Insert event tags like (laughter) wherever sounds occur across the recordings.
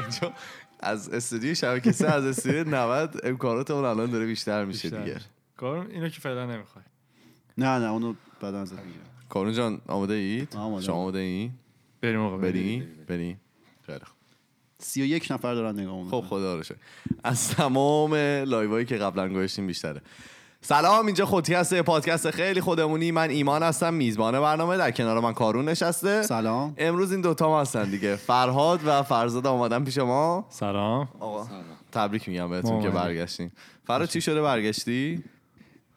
اینجا از استودیو شبکه سه از استودیو 90 امکانات اون الان داره بیشتر میشه بیشتر. دیگه کار اینو که فعلا نمیخوای نه نه اونو بعدا ازت میگیرم کارون جان آماده اید من آماده‌ام. شما آماده اید بریم آقا بریم بریم خیلی خوب سی و یک نفر دارن نگاه خب خدا رو شکر از تمام لایوایی که قبلا گذاشتیم بیشتره سلام اینجا خودتی هست یه پادکست خیلی خودمونی من ایمان هستم میزبان برنامه در کنار من کارون نشسته سلام امروز این دوتا ما هستن دیگه فرهاد و فرزاد آمدن پیش ما سلام آقا تبریک میگم بهتون که مبارک. برگشتین فرهاد چی شده برگشتی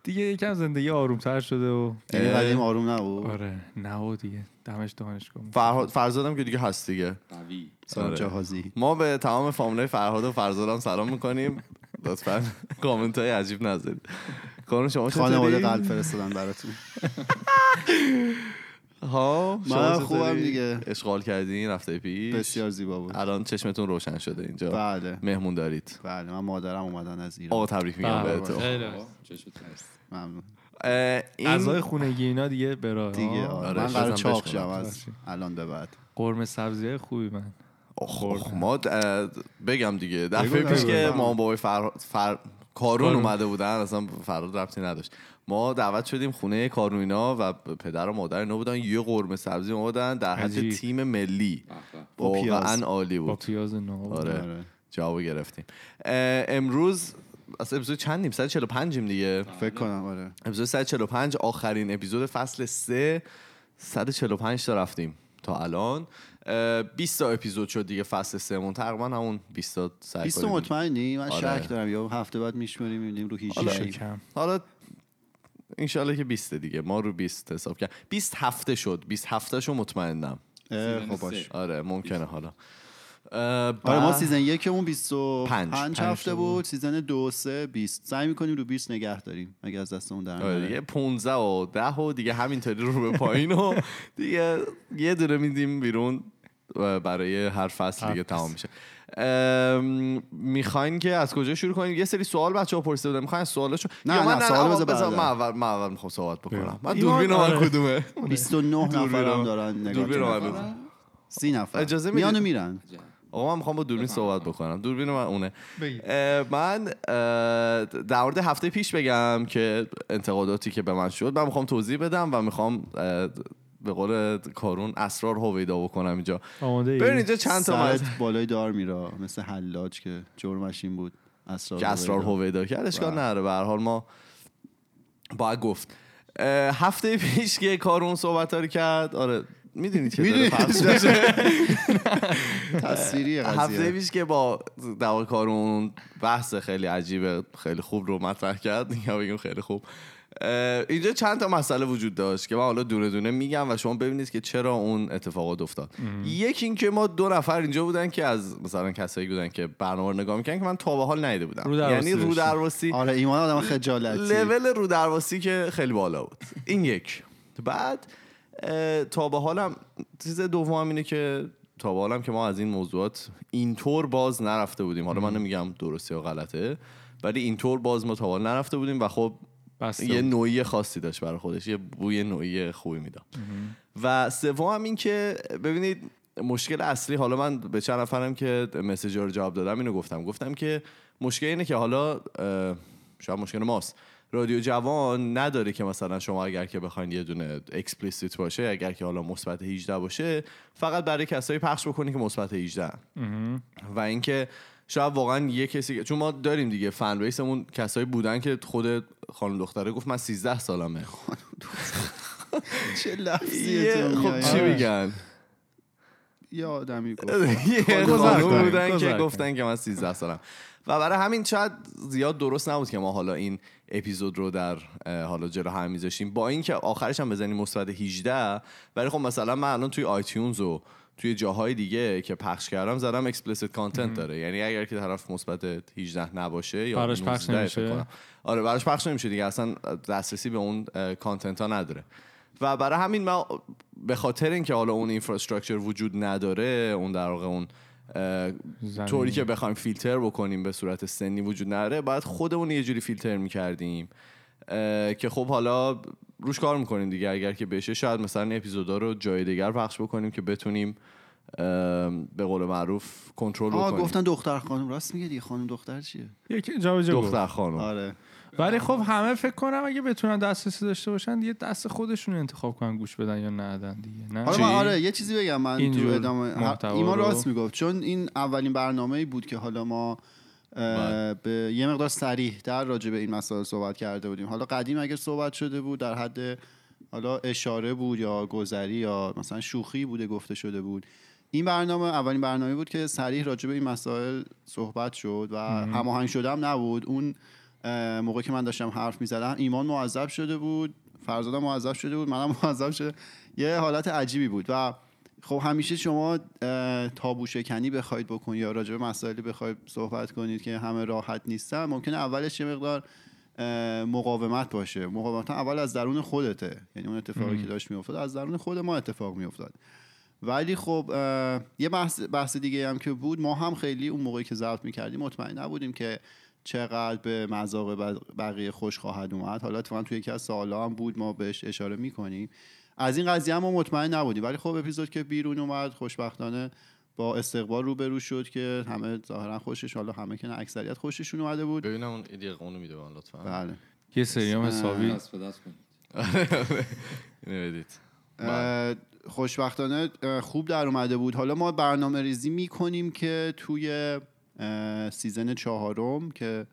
دیگه یکم زندگی آرومتر شده و دیگه اه. یعنی قدیم آروم نبود آره نه و دیگه دمش دانش کن فرهاد فرزادم که دیگه هست دیگه قوی سلام آره. جهازی ما به تمام فامیلای فرهاد و فرزادم سلام میکنیم لطفا کامنت های عجیب نذارید کارون شما چطوری؟ خانواده قلب فرستادن براتون ها منم شما چطوری؟ خوبم دیگه. اشغال کردین رفته پیش بسیار زیبا بود الان چشمتون روشن شده اینجا بله مهمون دارید بله من مادرم اومدن از ایران آقا تبریک میگم بله، بهتون خیلی آقا، بس. چشم ترس ممنون اه، این غذای خونگی اینا دیگه برای دیگه آره. آره، من شازم قرار چاق بشکنم. شم از ببخشید. الان به بعد قرمه سبزی های خوبی من آخ، آخ، ما اه، بگم دیگه دفعه بگو، پیش بگو. که بگو. ما بابای فر... فر... کارون کارون. اومده بودن اصلا فراد ربطی نداشت ما دعوت شدیم خونه کارون اینا و پدر و مادر اینا بودن یه قرمه سبزی آوردن در حد عجیب. تیم ملی به به. با پیاز. واقعا عالی با بود پیاز نو آره. آره. جواب گرفتیم اه، امروز اصلا اپیزود چندیم 145 یم دیگه فکر کنم آره اپیزود 145 آخرین اپیزود فصل 3 145 تا رفتیم تا الان اه، 20 تا اپیزود شد دیگه فصل 3 مون تقریبا همون 20 تا سعی 20 کنیم. مطمئنی من آره. شک دارم یا هفته بعد میشمریم میبینیم رو هیچ آره. شیم. شکم حالا انشالله که 20 دیگه ما رو 20 حساب کرد 20 هفته شد 20 هفته شو مطمئنم اه، سیزن خب باش سه. آره ممکنه حالا آره ما سیزن یکمون 25 پنج. پنج پنج هفته تا بود بود. سیزن دو سه 20 سعی میکنیم رو 20 نگه داریم اگه از دستمون در آره نره دیگه 15 و 10 و دیگه همینطوری رو به پایین و دیگه یه دونه میدیم بیرون و برای هر فصل هر دیگه فصل. تمام میشه میخواین که از کجا شروع کنیم یه سری سوال بچه ها پرسیده بودن میخواین سوالاشو نه، یا نه، سوال اول بذار بذار- بعدا. من اول من اول میخوام صحبت بکنم بیا. من ایمان، دوربین من آره. کدومه 29 نفر هم دارن نگاه دوربین می‌کنن. من بده. سی نفر آره. اجازه میدید؟ میانو میرن عجب. آقا من میخوام با دوربین بفهم. صحبت بکنم دوربین من اونه بگید. اه، من اه، در مورد هفته پیش بگم که انتقاداتی که به من شد من میخوام توضیح بدم و میخوام به قول کارون اسرار هویدا بکنم اینجا آماده ببین ای؟ اینجا چند تا سرت مز... بالای دار میرا مثل حلاج که جرمش این بود اسرار که اسرار هویدا کرد اشکال بله. نداره به هر حال ما باید گفت اه، هفته پیش که کارون صحبت رو کرد آره میدونید که داره (laughs) می‌دونی پخش که میشه. تصویری هفته قضیه پیش که با دوا کارون بحث خیلی عجیب خیلی خوب رو مطرح کرد دیگه بگیم خیلی خوب اه، اینجا چند تا مسئله وجود داشت که من حالا دونه دونه میگم و شما ببینید که چرا اون اتفاقات افتاد یکی اینکه ما دو نفر اینجا بودن که از مثلا کسایی بودن که برنامه رو نگاه میکنن که من تا به حال ندیده بودم رو درواسی یعنی رو داشتیم. درواسی آره ایمان آدم خجالتی لول رو درواسی که خیلی بالا بود این یک بعد اه، تا به حالم چیز دوم اینه که تا به حالم که ما از این موضوعات اینطور باز نرفته بودیم حالا من نمیگم درسته یا غلطه ولی اینطور باز ما تا به حال نرفته بودیم و خب بسته یه بود. نوعی خاصی داشت برای خودش یه بوی نوعی خوبی میداد و سوم هم این که ببینید مشکل اصلی حالا من به چند نفرم که مسیج رو جواب دادم اینو گفتم گفتم که مشکل اینه که حالا اه، شاید مشکل ماست رادیو جوان نداره که مثلا شما اگر که بخواین یه دونه اکسپلیسیت باشه اگر که حالا مثبت 18 باشه فقط برای کسایی پخش بکنی که مثبت 18 ن. و اینکه شاید واقعا یه کسی که- چون ما داریم دیگه فن بیسمون کسایی بودن که خود خانم دختره گفت من 13 سالمه چه یه- لفظیه خب چی میگن یه آدمی گفت (laughs) یه گذر خانم کنیم. بودن که گذر گفتن که من 13 سالم و برای همین شاید زیاد درست نبود که ما حالا این اپیزود رو در اه، حالا جلو هم میذاشیم با اینکه آخرش هم بزنیم مثبت 18 ولی خب مثلا من الان توی آیتیونز و توی جاهای دیگه که پخش کردم زدم اکسپلیسیت کانتنت داره یعنی اگر که طرف مثبت 18 نباشه یا براش پخش 19 نمیشه؟ فکر کنم. آره براش پخش نمیشه دیگه اصلا دسترسی به اون کانتنت ها نداره و برای همین من به خاطر اینکه حالا اون اینفراستراکچر وجود نداره اون در واقع اون اه، زمین. طوری که بخوایم فیلتر بکنیم به صورت سنی وجود نداره باید خودمون یه جوری فیلتر میکردیم که خب حالا روش کار میکنیم دیگه اگر که بشه شاید مثلا این اپیزودا رو جای دیگر پخش بکنیم که بتونیم ام، به قول معروف کنترل آه بکنیم گفتن دختر خانم راست میگه دیگه خانم دختر چیه یکی جا به جا گفت. دختر خانم آره ولی خب همه فکر کنم اگه بتونن دسترسی داشته باشن یه دست خودشون انتخاب کنن گوش بدن یا ندن دیگه نه حالا چی؟ من آره یه چیزی بگم من تو اینجور ادامه ه- محتوا ایمان رو- راست میگفت چون این اولین برنامه بود که حالا ما اه، بله. به یه مقدار سریح در راجع به این مسائل صحبت کرده بودیم حالا قدیم اگر صحبت شده بود در حد حالا اشاره بود یا گذری یا مثلا شوخی بوده گفته شده بود این برنامه اولین برنامه بود که سریح راجع به این مسائل صحبت شد و هماهنگ شده هم نبود اون اه، موقع که من داشتم حرف میزدم ایمان معذب شده بود فرزاد هم معذب شده بود منم (laughs) معذب شده یه حالت عجیبی بود و خب همیشه شما اه، تابو شکنی بخواید بکنید یا راجع به مسائلی بخواید صحبت کنید که همه راحت نیستن ممکنه اولش یه مقدار اه، مقاومت باشه مقاومت هم اول از درون خودته یعنی اون اتفاقی که داشت میافتاد از درون خود ما اتفاق میافتاد ولی خب اه، یه بحث, بحث دیگه هم که بود ما هم خیلی اون موقعی که ضبط میکردیم مطمئن نبودیم که چقدر به مذاق بق- بقیه خوش خواهد اومد حالا اتفاقا توی یکی از سالها هم بود ما بهش اشاره میکنیم از این قضیه هم ما مطمئن نبودیم ولی خب اپیزود که بیرون اومد خوشبختانه با استقبال روبرو شد که همه ظاهرا خوشش حالا همه که نه اکثریت خوششون اومده بود ببینم اون ایده اونو میده به من (laughs) لطفا بله یه سری هم حسابی دست به دست کنید اینو بدید بله. اه، خوشبختانه اه، خوب در اومده بود حالا ما برنامه ریزی می کنیم که توی اه، سیزن چهارم که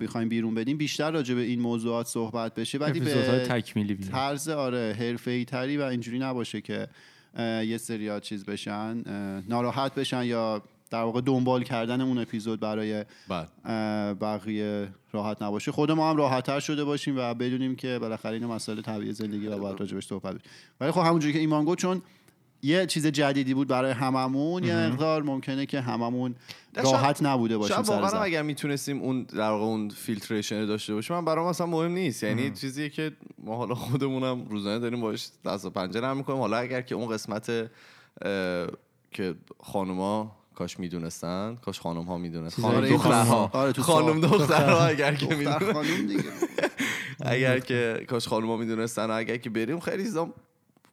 بخوایم بیرون بدیم بیشتر راجع به این موضوعات صحبت بشه ولی اپیزودهای به تکمیلی بیاد طرز آره حرفه‌ای تری و اینجوری نباشه که اه، یه سری چیز بشن اه، ناراحت بشن یا در واقع دنبال کردن اون اپیزود برای بعد اه، بقیه راحت نباشه خود ما هم راحتتر شده باشیم و بدونیم که بالاخره این مسائل طبیعی زندگی رو باید راجبش صحبت بشه ولی خب همونجوری که ایمان گفت چون یه چیز جدیدی بود برای هممون یه مقدار ممکنه که هممون نه، راحت نبوده باشیم شاید سر واقعا هم زد. اگر میتونستیم اون در واقع اون فیلتریشن رو داشته باشیم من برام اصلا مهم نیست یعنی چیزیه که ما حالا خودمونم روزانه داریم باش دست و پنجه نرم میکنیم حالا اگر که اون قسمت اه، که خانوما کاش میدونستن کاش خانم ها میدونستن چیزایی خانم که دخترها خانم- آره، تو خانم سا- دخترها اگر که میدونن دختر (laughs) خانم دیگه اگر که کاش خانوما میدونستن و اگر که بریم خیلی چیزا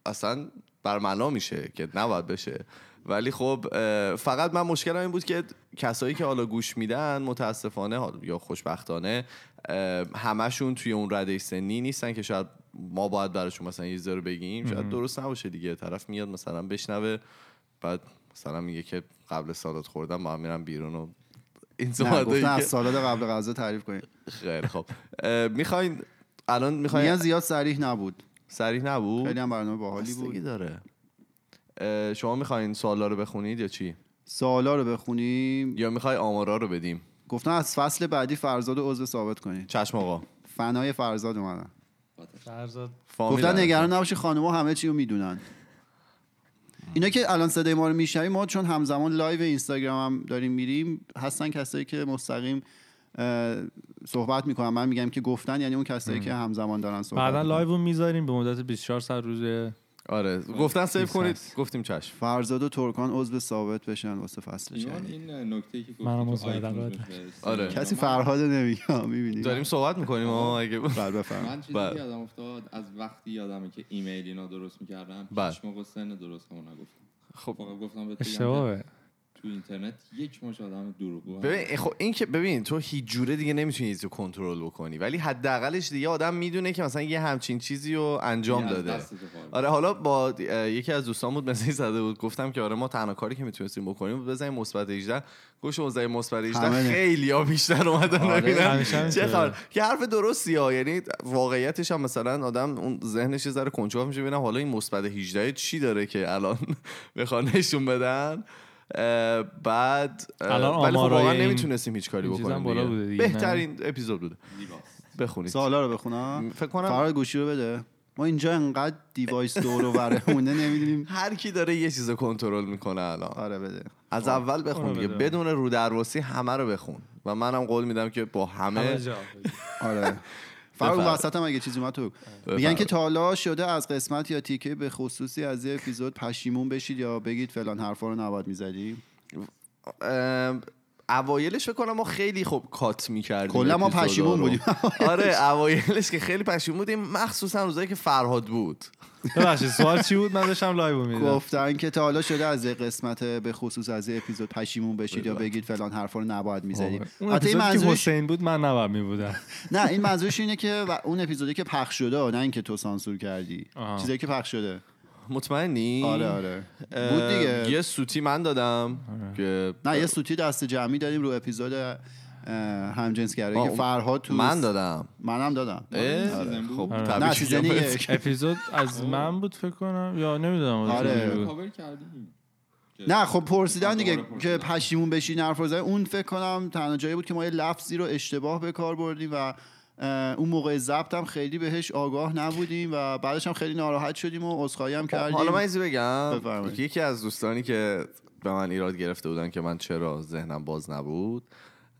اصلا برملا میشه که نباید بشه ولی خب اه، فقط من مشکلم این بود که کسایی که حالا گوش میدن متاسفانه حالا یا خوشبختانه اه، همشون توی اون رده سنی نیستن که شاید ما باید براشون مثلا یه چیزی رو بگیم شاید درست نباشه دیگه طرف میاد مثلا بشنوه بعد مثلا میگه که قبل سالات خوردم ما میرم بیرون و این نه صحبتایی گفتن از که- سالاد قبل غذا تعریف کنیم خیلی خب اه، میخواین الان میگن میخواین زیاد صریح نبود سریع نبود خیلی هم برنامه باحالی بستگی بود داره اه، شما میخواین سوالا رو بخونید یا چی سوالا رو بخونیم یا میخوای آمارا رو بدیم گفتن از فصل بعدی فرزاد رو عضو ثابت کنید چشم آقا فنای فرزاد اومدن فرزاد فامیل آره. گفتن نداره. نگران نباشی خانم‌ها همه چی رو میدونن اینا که الان صدای ما رو میشنویم ما چون همزمان لایو اینستاگرام هم داریم میریم هستن کسایی که مستقیم اه، صحبت میکنن من میگم که گفتن یعنی اون کسایی که همزمان دارن صحبت بعدا می‌کنن. لایو رو میذاریم به مدت 24 ساعت روز آره گفتن سیو نیست کنید هست. گفتیم چشم فرزاد و ترکان عضو ثابت بشن واسه فصل ایمان جدید این نکته که گفت منم تو مصاحبه آیفون دارم. بفرست. آره. من- یعنی؟ کسی فرهاد نمیگم میبینیم داریم صحبت میکنیم آه، اگه بر بفرم من چیزی بله. که یادم افتاد از وقتی یادمه که ایمیل اینا درست میکردم بله. هیچ موقع سن درست هم نگفتم خب فقط گفتم بهت بگم که اشتباهه تو اینترنت یک مش آدم دروغگو هست. ببین خب این که ببین تو هیچ جوره دیگه نمیتونی چیزی رو کنترل بکنی ولی حداقلش دیگه آدم میدونه که مثلا یه همچین چیزی رو انجام یعنی از یعنی داده دستت خارج. آره حالا با اه، یکی از دوستان بود مسیج زده بود گفتم که آره ما تنها کاری که میتونستیم بکنیم بود بزنیم مثبت 18 گوش اوزای مثبت 18 همه. خیلی ها بیشتر اومدن آره، ببینن همیشه چه همینطوره. خبر که حرف درستی ها یعنی واقعیتش هم مثلا آدم اون ذهنش یه ذره کنجکاو میشه ببینم حالا این مثبت 18 چی داره که الان (laughs) بخوان نشون بدن اه، بعد اه، الان ولی خب آمارای واقعا این- نمیتونستیم هیچ کاری این چیزم بکنیم بالا دیگه. بوده دیگه، نه؟ بهترین اپیزود بوده زیباست. بخونید سوالا رو بخونم فکر کنم فرهاد گوشی رو بده ما اینجا انقدر دیوایس دور و برمونه نمیدونیم هر کی داره یه چیز رو کنترل میکنه الان آره بده از اول بخون آره، دیگه بده. بدون رو درواسی همه رو بخون و منم قول میدم که با همه (laughs) آره فرق بفرمایید. وسط هم اگه چیزی اومد تو بگو. میگن که تا حالا شده از قسمت یا تیکه به خصوصی از یه اپیزود پشیمون بشید یا بگید فلان حرفا رو نباید میزدی ام، اوایلش فکر کنم ما خیلی خوب کات میکردیم کلا ما اپیزودا پشیمون رو. بودیم. (laughs) آره اوایلش که خیلی پشیمون بودیم مخصوصا روزایی که فرهاد بود ببخشید سوال چی بود من داشتم لایو میدم گفتن که تا حالا شده از یه قسمت به خصوص از یه اپیزود پشیمون بشید یا بگید فلان حرفا رو نباید میزدید خب، اون حتی این اپیزودی که منظورش حسین بود من نباید میبودم نه این منظورش اینه که و- اون اپیزودی که پخش شده نه اینکه تو سانسور کردی آها. چیزایی که پخش شده مطمئنی آره آره اه، بود دیگه آره. یه سوتی من دادم که نه یه سوتی دست جمعی داریم رو اپیزود اه، همجنسگرایی آه، که اون- فرهاد تو من دادم منم دادم اه، سیزن بود؟ خب آره. تبریک نه سیزن میگم. یک اپیزود از من بود فکر کنم یا نمیدونم آره. بود خب، کاور کردیم نه خب پرسیدن دیگه دوباره که پرسیدن. پشیمون بشین حرف رو بزنی. اون فکر کنم تنها جایی بود که ما یه لفظی رو اشتباه به کار بردیم و اه، اون موقع ضبط هم خیلی بهش آگاه نبودیم و بعدش هم خیلی ناراحت شدیم و عذرخواهی هم کردیم خب، حالا من چیزی بگم بفرمایید. یکی از دوستانی که به من ایراد گرفته بودن که من چرا ذهنم باز نبود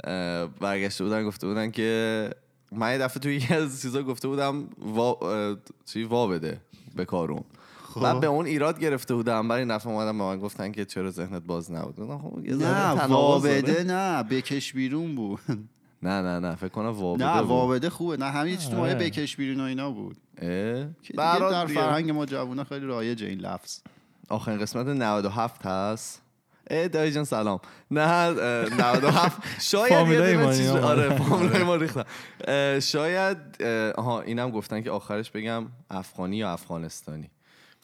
اه، برگشته بودن گفته بودن که من یه دفعه توی یکی از چیزا گفته بودم وا, اه، چی وا بده به کارون خب. من به اون ایراد گرفته بودم برای این دفعه اومدم به من گفتن که چرا ذهنت باز نبود گفتم خب یه ذره نه تناقض داره. خب، وابده نه بکش بیرون بود نه نه نه فکر کنم وابده نه بود. وابده خوبه نه همه چیز تو مایه آره. بکش بیرون و اینا بود اه؟ که دیگه برات در دیگه. فرهنگ ما جوونا خیلی رایجه این لفظ آخرین قسمت 97 هست ای دایی جان سلام نه اه، (laughs) 97 شاید یه فامیلای دونه ایمانی چیز آمده. آره فامیلای ما ریختم اه، شاید اه، آها اینم گفتن که آخرش بگم افغانی یا افغانستانی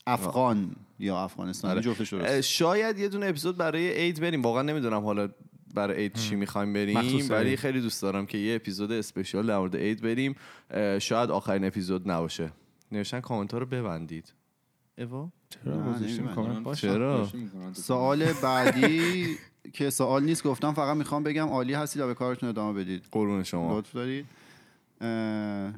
افغان یا افغانستان آره. جفتش درست. اه، شاید یه دونه اپیزود برای عید بریم واقعا نمیدونم حالا برای عید چی میخوایم بریم مخصوص ولی عید. خیلی دوست دارم که یه اپیزود اسپشیال در مورد عید بریم اه، شاید آخرین اپیزود نباشه نوشتن کامنت رو ببندید اوا چرا نه، گذاشتیم نمی‌دونم. کامنت باش چرا؟ سوال بعدی که سوال نیست گفتم فقط میخوام بگم عالی هستید و به کارتون ادامه بدید قربون شما لطف دارید اه،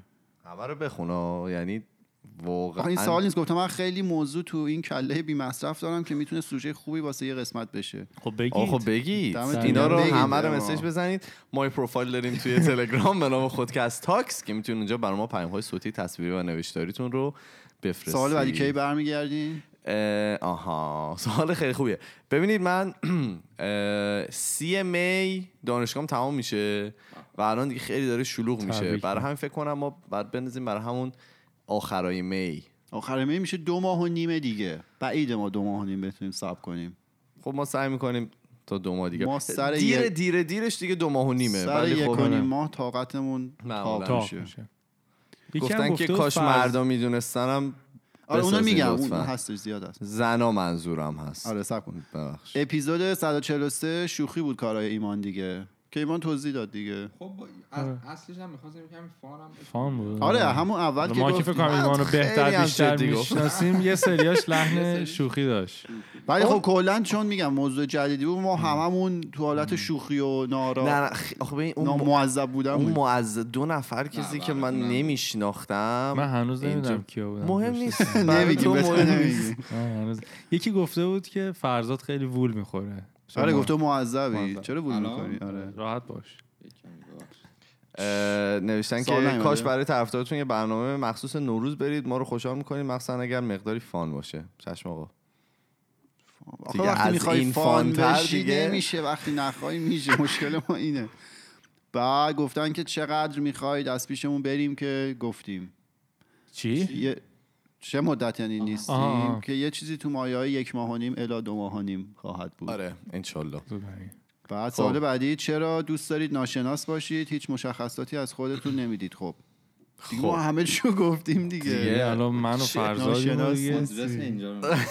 خبر رو بخونا یعنی آخه این واقعا سوال نیست گفتم من خیلی موضوع تو این کله بی مصرف دارم که میتونه سوژه خوبی واسه یه قسمت بشه خب بگید آخه بگید دمتون اینا گرم. رو بگید. همه رو آه. مسیج بزنید ما یه پروفایل داریم (laughs) توی تلگرام به نام خودکست تاکس که میتونید اونجا برای ما پیام‌های صوتی تصویری و نوشتاریتون رو بفرستید سوال بعدی کی برمیگردین اه، آها سوال خیلی خوبیه ببینید من اه، سی می دانشگاهم تمام میشه و الان دیگه خیلی داره شلوغ میشه تبریک. برای همین فکر کنم ما بعد بنزیم برای همون آخرای می آخر می میشه دو ماه و نیم دیگه بعید ما دو ماه و نیم بتونیم صبر کنیم خب ما سعی میکنیم تا دو ماه دیگه ما سر دیر یه- دیر دیرش دیگه دو ماه و نیمه سر ولی یک خب و نیم ماه طاقتمون معمولا. تاق تا میشه میشه. یکی هم گفتن گفته که بود کاش فرض- مردم میدونستنم آره اونو بسازید میگم اون لطفاً. هستش زیاد هست زنا منظورم هست آره صبر کن ببخش اپیزود 143 شوخی بود کارهای ایمان دیگه که ایمان توضیح داد دیگه خب با- از- اصلش هم میخواستم کمی فانم بشه. آره. فان بود آره همون اول که ما که فکر گفتیم کنم ایمانو خیلی بهتر هم بیشتر جدی گفت. میشناسیم یه سریاش یه لحن سری. شوخی داشت ولی خب کلا چون میگم موضوع جدیدی بود ما هممون تو حالت شوخی و نه نارا نه خ- آخه ببین اون م- نامعذب بودن اون بود. معز دو نفر کسی نه، که من براتون نه. نمیشناختم من هنوز اینجا- نمیدونم کیا بودم مهم پشت (laughs) نیست سر. برای نمیگیم، تو بهتر مهم نمیگیم. نیست. نه، هنوز یکی گفته بود که فرزاد خیلی وول میخوره آره شما گفته معذبی معذب. چرا بود الان؟ میکنی آره راحت باش یکم ببخشید. اه، نوشتن سوال که نیومده؟ کاش برای طرفدارتون یه برنامه مخصوص نوروز برید ما رو خوشحال میکنیم مخصوصا اگر مقداری فان باشه چشم آقا آخه دیگه وقتی از میخوای این فان فان‌تر بشی دیگه. نمیشه وقتی نخوای میشه مشکل ما اینه بعد گفتن که چقدر میخواید از پیشمون بریم که گفتیم چی؟ یه چه مدت یعنی نیستیم آها. که یه چیزی تو مایه های یک ماه و نیم الا دو ماه و نیم خواهد بود آره انشالله زود نگی. بعد سوال بعدی چرا دوست دارید ناشناس باشید هیچ مشخصاتی از خودتون نمیدید خب دیگه خب. ما همه چیو گفتیم دیگه, دیگه. دیگه الان من و چه فرزادیم و ناشناس دیگه آدرس اینجا رو نمی‌دونم.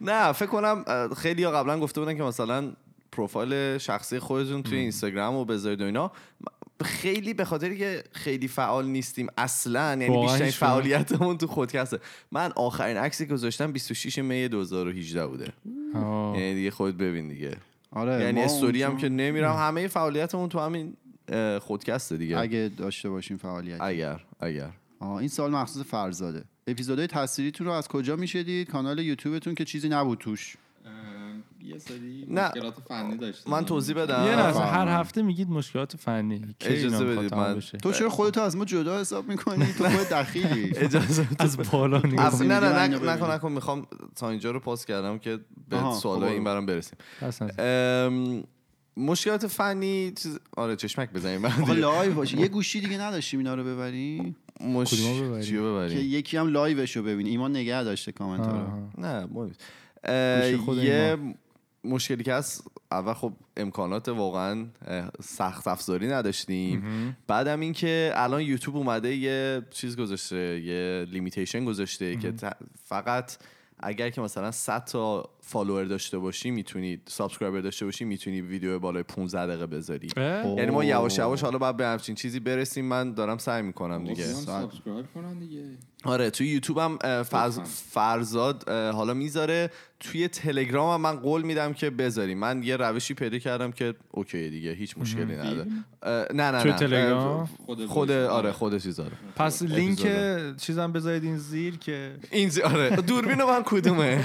نه فکر کنم اه، خیلی ها قبلا گفته بودن که مثلا پروفایل شخصی خودتون توی اینستاگرام و بذارید و اینا م- خیلی به خاطر که خیلی فعال نیستیم اصلا یعنی واقعا بیشترین هیچ کدوم. فعالیتمون تو خودکسته من آخرین عکسی که گذاشتم 26 می 2018 بوده آه. یعنی دیگه خود ببین دیگه آره یعنی ما استوری هم اونجا- که نمیرم همه فعالیتمون تو همین اه، خودکسته دیگه اگه داشته باشیم فعالیت اگر اگر آه، این سال مخصوص فرزاده اپیزودهای تصویریتون رو از کجا میشدید کانال یوتیوبتون که چیزی نبود توش ام، یه سری نه. مشکلات فنی داشتیم من توضیح بدم یه لحظه فهمم. هر هفته میگید مشکلات فنی کی اینا اجازه می‌خواد بدید تمام من- بشه؟ (laughs) تو چرا خودت از ما جدا حساب میکنی تو خود (laughs) دخیلی اجازه از بالا نگاه اف- توضیح نه میدی، من نه اینو نه ببینم. نکن نکن میخوام تا اینجا رو پاس کردم که به آها، سوالای خب. این برام برسیم پس از- ام، مشکلات فنی چیز آره چشمک بزنیم آقا بعد لایو باشه یه گوشی دیگه نداشتیم اینا رو ببریم مش... کدومو ببریم؟ چیو که ببریم یکی هم لایوش رو ببینی ایمان نگه داشته کامنت ها رو آها. نه مهم نیست. گوشی اه، خود یه مشکلی که هست اول خب امکانات واقعا اه، سخت افزاری نداشتیم بعدم اینکه الان یوتیوب اومده یه چیز گذاشته یه لیمیتیشن گذاشته که ت- فقط اگر که مثلا 100 تا فالوور داشته باشی میتونی سابسکرایبر داشته باشی میتونی ویدیو بالای 15 دقیقه بذاری اه؟ یعنی ما یواش یواش حالا باید به همچین چیزی برسیم من دارم سعی میکنم دیگه خب، سابسکرایب کنن دیگه آره توی یوتیوب هم اه، فرز لطفاً. فرزاد اه، حالا میذاره توی تلگرام هم من قول میدم که بذاری من یه روشی پیدا کردم که اوکی دیگه هیچ مشکلی نداره اه، نه نه توی نه تلگرام؟ اه، خب، خود بله. خود آره خود چیز آره پس لینک اپیزودا. چیزم بذارید این زیر که این زی- آره دوربین من کدومه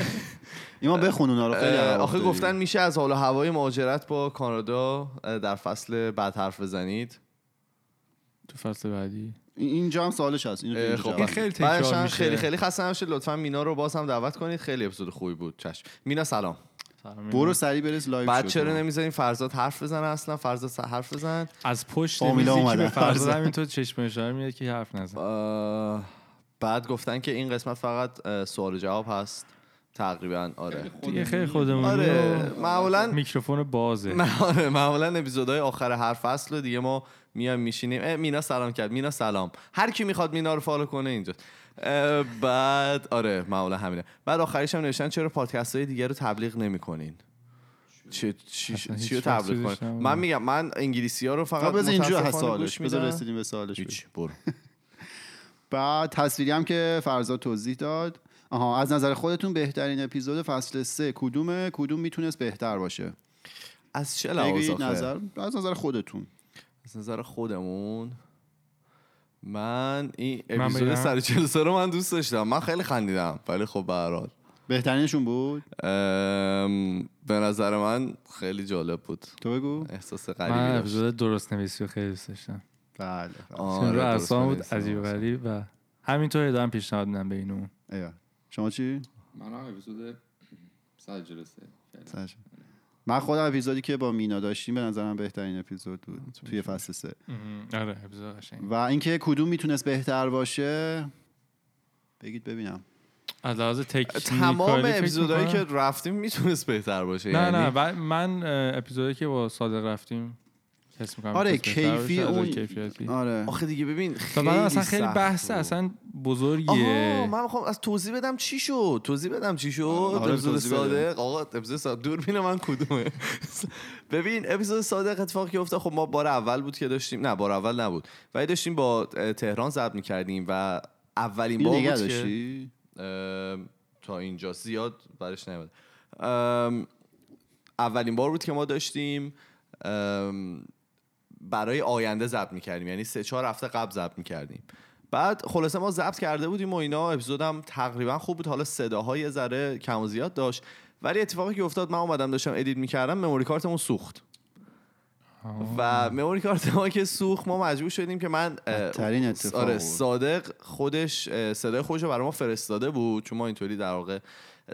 ایمان بخون اونا رو خیلی اه، علاقه آخه داری. گفتن میشه از حال و هوای مهاجرت با کانادا اه، در فصل بعد حرف بزنید تو فصل بعدی این- اینجا هم سوالش هست اینو تو اه، اینجا خب جواب این بده. خیلی بعدش تکرار هم میشه خیلی خیلی خسته نباشید لطفا مینا رو باز هم دعوت کنید خیلی اپیزود خوبی بود چشم مینا سلام سلام. برو سریع برس لایو بعد شد. چرا نمیذاریم فرزاد حرف بزنه اصلا فرزاد س- حرف بزن از پشت فامیلا میزی که اومدن. به فرزاد همینطور چشم اشاره میاد که حرف نزن آه، بعد گفتن که این قسمت فقط اه، سوال و جواب هست تقریبا آره دیگه خیلی خودمونی آره و معمولا میکروفون بازه نه، آره معمولا اپیزودهای آخر هر فصل رو دیگه ما میایم میشینیم اه، مینا سلام کرد مینا سلام هر کی میخواد مینا رو فالو کنه اینجا بعد آره معمولا همینه بعد آخریش هم نوشتن چرا پادکست های دیگه رو تبلیغ نمیکنین چی چی اصلا چی هیچ رو وقت تبلیغ چیزش کنین نبود. من میگم من انگلیسی ها رو فقط خب بذار اینجا هست متاسفانه سوالش گوش بذار میدم. رسیدیم به سوالش بریم. هیچ (laughs) برو بعد تصویری هم که فرزاد توضیح داد آها از نظر خودتون بهترین اپیزود فصل سه کدومه کدوم میتونست بهتر باشه از چه لحاظ بگید آخه؟ نظر از نظر خودتون از نظر خودمون من این من اپیزود بگم؟ سر 43 رو من دوست داشتم من خیلی خندیدم ولی خب به هر حال بهترینشون بود ام، به نظر من خیلی جالب بود تو بگو احساس من غریبی داشت اپیزود درست نویسی رو خیلی دوست داشتم بله بله. آره، آره درست اصلا بود درست، عجیب و درست. غریب و همینطور ادامه پیشنهاد میدم به اینو ایول. شما چی من هم اپیزود صد جلسه کردم. سرش. من خودم اپیزودی که با مینا داشتیم به نظرم بهترین اپیزود بود توی فصل سه آره اپیزود قشنگ و اینکه کدوم میتونست بهتر باشه بگید ببینم از لحاظ تکنیکالی تمام فکر اپیزودهایی که می‌کنم- رفتیم میتونست بهتر باشه نه یعنی نه و- من اه، اپیزودی که با صادق رفتیم حس می‌کنم آره، اپیزود بهتر کیفی باشه، از اون- کیفیتی آره آخه دیگه ببین و خیلی بعد اصلا خیلی سخت بحث بود. اصلا آها بزرگیه من میخوام از توضیح بدم چی شد توضیح بدم چی شد آره، اپیزود توضیح بده. صادق آقا اپیزود صادق دوربین من کدومه (laughs) ببین اپیزود صادق اتفاقی که افتاد خب ما بار اول بود که داشتیم نه بار اول نبود ولی داشتیم با اه، تهران ضبط میکردیم و اولین اینو بار نگه بود که داشتی ام، تا اینجا زیاد برش نیومد ام، اولین بار بود که ما داشتیم ام، برای آینده ضبط میکردیم یعنی سه چهار هفته قبل ضبط میکردیم بعد خلاصه ما ضبط کرده بودیم و اینا اپیزودم تقریبا خوب بود حالا صداها یه ذره کم و زیاد داشت ولی اتفاقی که افتاد من اومدم داشتم ادیت میکردم مموری کارتمون سوخت و مموری کارت ما که سوخت ما مجبور شدیم که من اه، بدترین اتفاق آره بود. صادق خودش اه، صدای خودش رو برای ما فرستاده بود چون ما اینطوری در واقع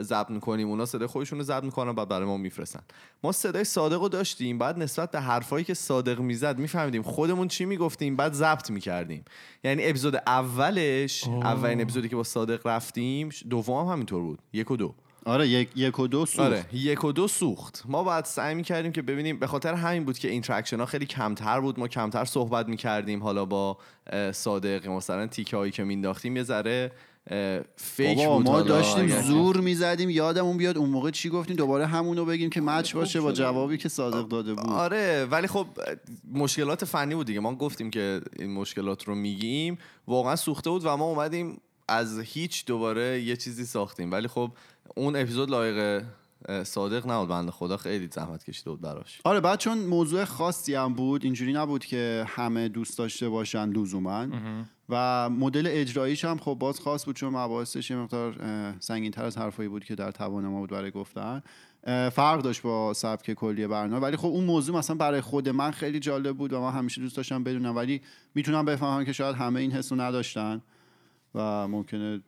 ضبط میکنیم اونا صدای خودشون رو ضبط میکنن بعد برای ما میفرستن ما صدای صادق رو داشتیم بعد نسبت به حرفایی که صادق میزد میفهمیدیم خودمون چی میگفتیم بعد ضبط میکردیم یعنی اپیزود اولش آه. اولین اپیزودی که با صادق رفتیم دوم هم همینطور بود یک و دو آره یک, یک و دو سوخت آره یک و دو سوخت ما باید سعی میکردیم که ببینیم به خاطر همین بود که اینتراکشن ها خیلی کمتر بود ما کمتر صحبت میکردیم حالا با اه، صادق مثلا تیکه هایی که مینداختیم یه ذره اه، فیک بابا بود ما حالا. داشتیم یعنی- زور میزدیم یادمون بیاد اون موقع چی گفتیم دوباره همونو بگیم که مچ باشه با جوابی که صادق داده بود آره ولی خب اه، مشکلات فنی بود دیگه ما گفتیم که این مشکلات رو میگیم واقعا سوخته بود و ما اومدیم از هیچ دوباره یه چیزی ساختیم ولی خب اون اپیزود لایق اه، صادق نبود بنده خدا خیلی زحمت کشیده بود براش آره بعد چون موضوع خاصی هم بود اینجوری نبود که همه دوست داشته باشن لزوما و مدل اجراییش هم خب باز خاص بود چون مباحثش یه مقدار سنگین تر از حرفایی بود که در توان ما بود برای گفتن اه، فرق داشت با سبک کلی برنامه ولی خب اون موضوع مثلا برای خود من خیلی جالب بود و من همیشه دوست داشتم بدونم ولی میتونم بفهمم که شاید همه این حس رو نداشتن و ممکنه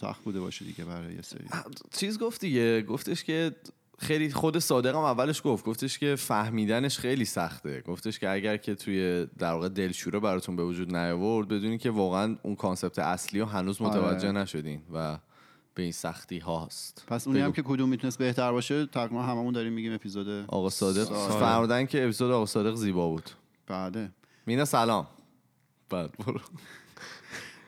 سخت بوده باشه دیگه برای یه سری چیز گفت دیگه گفتش که خیلی خود صادقم اولش گفت گفتش که فهمیدنش خیلی سخته گفتش که اگر که توی در واقع دلشوره براتون به وجود نیاورد بدونی که واقعا اون کانسپت اصلی رو هنوز متوجه آره. نشدین و به این سختی هاست پس اونی بگو. هم که کدوم میتونست بهتر باشه تقریبا هممون داریم میگیم اپیزود آقا صادق صادق. فرمودن که اپیزود آقا صادق زیبا بود بله مینا سلام بعد برو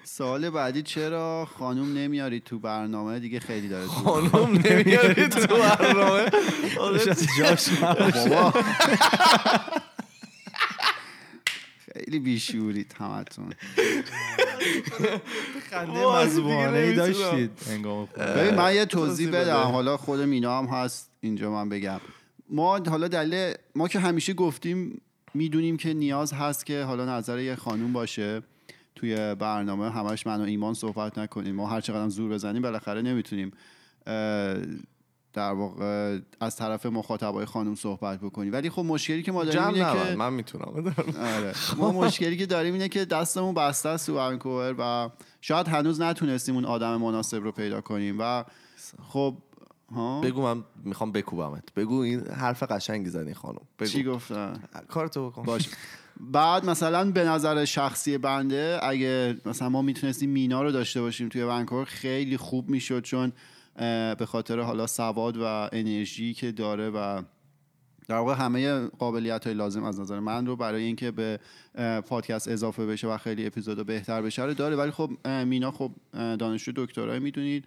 سال بعدی چرا خانوم نمیاری تو برنامه دیگه خیلی داره تو خانم نمیاری تو برنامه آره، جاش بابا (laughs) خیلی بیشوری تمتون خنده وای، دیگه مزبانه نمی‌تونم. داشتید خب هنگام خود. ببین من یه توضیح توضیح بده. بدم حالا خود مینا هم هست اینجا من بگم ما حالا دلیل ما که همیشه گفتیم میدونیم که نیاز هست که حالا نظر یه خانوم باشه توی برنامه همش من و ایمان صحبت نکنیم ما هر چقدر هم زور بزنیم بالاخره نمیتونیم اه، در واقع از طرف مخاطبای خانم صحبت بکنیم ولی خب مشکلی که ما داریم جمع اینه نبند که من میتونم آره. ما مشکلی که داریم اینه که دستمون بسته است تو ونکوور و شاید هنوز نتونستیم اون آدم مناسب رو پیدا کنیم و خب ها بگو من میخوام بکوبمت بگو این حرف قشنگی زدی خانم چی بگو گفتن کارتو بکن باش بعد مثلا به نظر شخصی بنده اگه مثلا ما میتونستیم مینا رو داشته باشیم توی ونکوور خیلی خوب میشد چون اه، به خاطر حالا سواد و انرژی که داره و در واقع همه قابلیت های لازم از نظر من رو برای اینکه به اه، پادکست اضافه بشه و خیلی اپیزود بهتر بشه رو داره ولی خب اه، مینا خب اه، دانشجو دکترای میدونید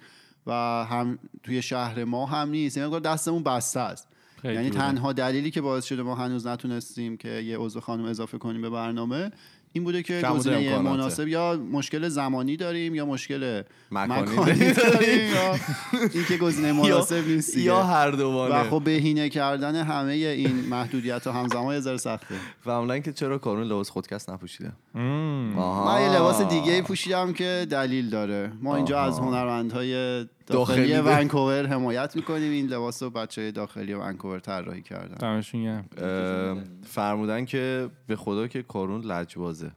و هم توی شهر ما هم نیست یعنی انگار دستمون بسته است خیلی یعنی بوده. تنها دلیلی که باعث شده ما هنوز نتونستیم که یه عضو خانم اضافه کنیم به برنامه این بوده که کمبود گزینه امکاناته. مناسب یا مشکل زمانی داریم یا مشکل مکانی مکانی (laughs) داریم یا اینکه گزینه مناسب نیست دیگه. یا هر و دوانه خب بهینه کردن همه این محدودیت ها همزمان یه ذره سخته و معمولاً که چرا کارون لباس خودکس نپوشیده مم. آها. من یه لباس دیگه ای پوشیدم که دلیل داره ما اینجا آها. از هنرمندهای داخلی داخلی ده. ونکوور حمایت میکنیم این لباس رو بچه داخلی ونکوور طراحی کردن دمشون گرم اه، فرمودن که به خدا که کارون لجبازه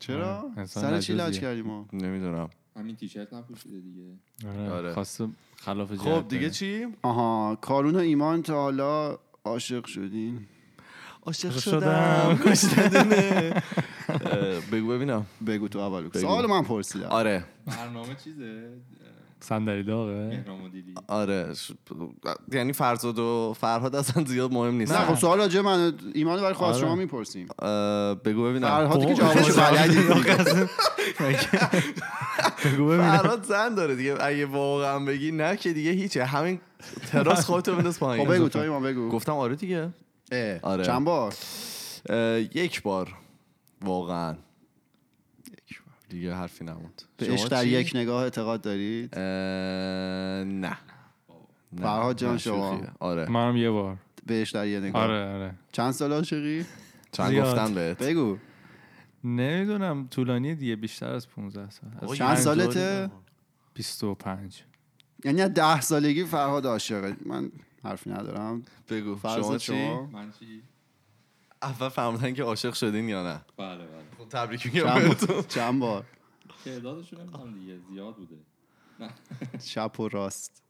چرا انسان سر چی لج لجوزیه. کردیم ما نمیدونم همین تیشرت نپوشیده دیگه آره. آره. خواسته خلاف جهت خب دیگه بره. چی آها کارون و ایمان تا حالا عاشق شدین عاشق شدم. کشتدونه بگو ببینم بگو تو اول بگو. سوال من پرسیدم آره برنامه چیزه صندلی (laughs) داغه مهرام دیدی آره ش- یعنی فرزاد و فرهاد اصلا زیاد مهم نیست نه خب سوال راجع من و ایمان برای خواست آره. شما میپرسیم خب. بگو ببینم فرهادی که (laughs) خب، جوابشو خب، بلدی بگو ببینم فرهاد زن داره دیگه اگه واقعا بگی نه که دیگه هیچه همین (laughs) تراس خودتو بنداز پایین خب بگو تو ایمان بگو گفتم آره دیگه اه، آره. چند بار اه، یک بار واقعا دیگه حرفی نموند به شما عشق در چی؟ یک نگاه اعتقاد دارید اه، نه نه. فرهاد جان نه، شما. شوخیه. آره منم یه بار به عشق در یه نگاه آره آره چند سال عاشقی چند زیاد. گفتم بهت بگو نمیدونم طولانی دیگه بیشتر از 15 سال از آقا، چند خب، پنج سالته 25 یعنی از ده سالگی فرهاد عاشقه من حرفی ندارم بگو فرزاد شما چی شما من چی اول فهمیدن که عاشق شدین یا نه بله بله خب تبریک میگم چند بهتون بار, چند بار؟ تعدادشو نمیدونم دیگه زیاد بوده چپ و راست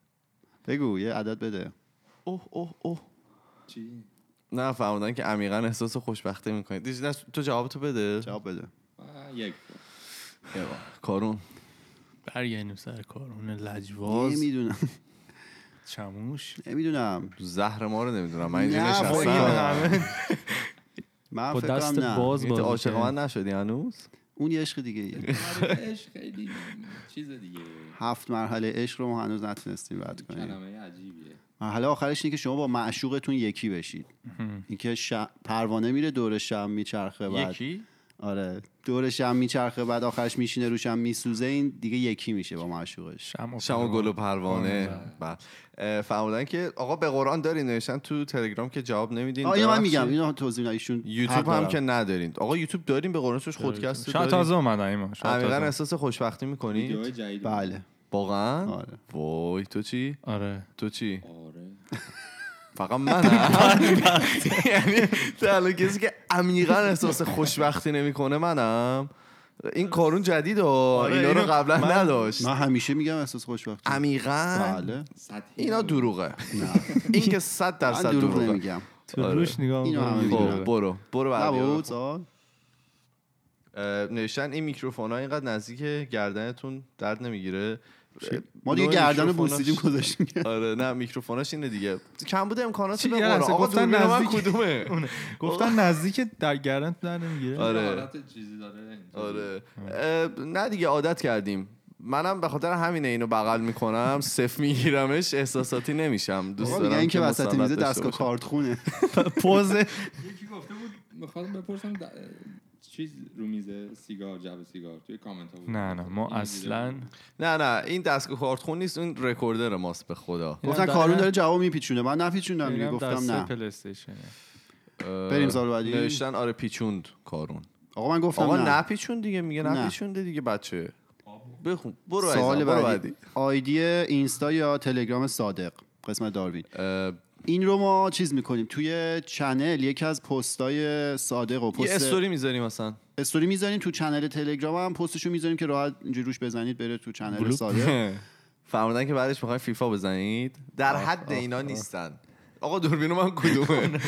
بگو یه عدد بده اوه اوه اوه چی نه فهمیدن که عمیقا احساس خوشبختی میکنید دیگه نه، تو جواب تو بده جواب بده من یک بار. یه بار. کارون برگردیم سر کارون لجواز نمیدونم چموش نمیدونم زهر ما رو نمیدونم من اینجا نه، نشستم با این همه. من با فکر دست کنم نه. باز یعنی تو باز عاشق من نشدی هنوز اون یه عشق دیگه ایه. تعریف آره، عشق خیلی چیز دیگه هفت مرحله عشق رو ما هنوز نتونستیم رد کنیم کلمه عجیبیه مرحله آخرش اینه که شما با معشوقتون یکی بشید اینکه ش- پروانه میره دور شم میچرخه بعد آره دور شم میچرخه بعد آخرش میشینه رو شم میسوزه این دیگه یکی میشه با معشوقش شم و شما گل و پروانه. پروانه بله. اه، فرمودن که آقا به قرآن دارین نوشتن تو تلگرام که جواب نمیدین آه اینو من ببخشید. میگم اینو توضیح میدم ایشون حق یوتیوب هم دارن. که ندارین آقا یوتیوب دارین به قرآن توش خودکست شاید دارین تازه اومدن ایمان شاید عمیقا تازه. احساس خوشبختی میکنی ویدیوهای جدید بله واقعا آره وای تو چی آره تو چی آره فقط من هم. یعنی تنها کسی که عمیقا احساس خوشبختی نمیکنه منم این کارون جدید و اینا رو اینو قبلا نداشت من همیشه میگم احساس خوشبختی عمیقا بله سطحی اینا دروغه (laughs) این که صد من درصد دروغ دروغه نمیگم تو آره. روش نگاه اینو می‌کنی. همه خب، می‌دونم. برو برو نبود بعد سوال نوشتن این میکروفون ها اینقدر نزدیک گردنتون درد نمیگیره ما دیگه نوع گردن میکروفوناش- بوسیدیم گذاشتیم آره نه میکروفوناش اینه دیگه کم بوده امکانات چی به یه قرآن. لحظه آقا گفتن دوربین من نزدیک. کدومه گفتن نزدیک در گردن در نمیگیره آره. آره حالت چیزی داره اینجوری. (laughs) آره اه، نه دیگه عادت کردیم منم به خاطر همینه اینو بغل میکنم صف میگیرمش احساساتی نمیشم دوست آقا دارم میگن این که وسط مسلط میز داشته دستگاه باشم. کارت خونه (laughs) پوز یکی گفته بود میخوام بپرسم د- چیز رو میزه سیگار جعب سیگار توی کامنت ها بود نه نه ما این دیده اصلا بود. نه نه این دستگاه کارتخون نیست اون رکوردر ماست به خدا گفتن داره- کارون داره جواب میپیچونه من نپیچوندم دیگه اینم گفتم دسته نه پلی استیشنه. اه، بریم سال بعدی. نوشتن آره پیچوند کارون آقا من یعنی گفتم آقا نه نپیچون دیگه میگه نه. نپیچونده دیگه بچه بخون برو سوال عزیزم برو بعدی بعدی آیدی اینستا یا تلگرام صادق قسمت داروین اه، این رو ما چیز میکنیم توی چنل یکی از پستای صادق و یه پست استوری میذاری (laughs) مثلا استوری میذاریم تو چنل تلگرام هم پستشو میذاریم که راحت اینجوری روش بزنید بره تو چنل بلوپ. صادق فرمودن که بعدش میخواین فیفا بزنید در حد اینا نیستن آقا دوربین من کدومه (laughs)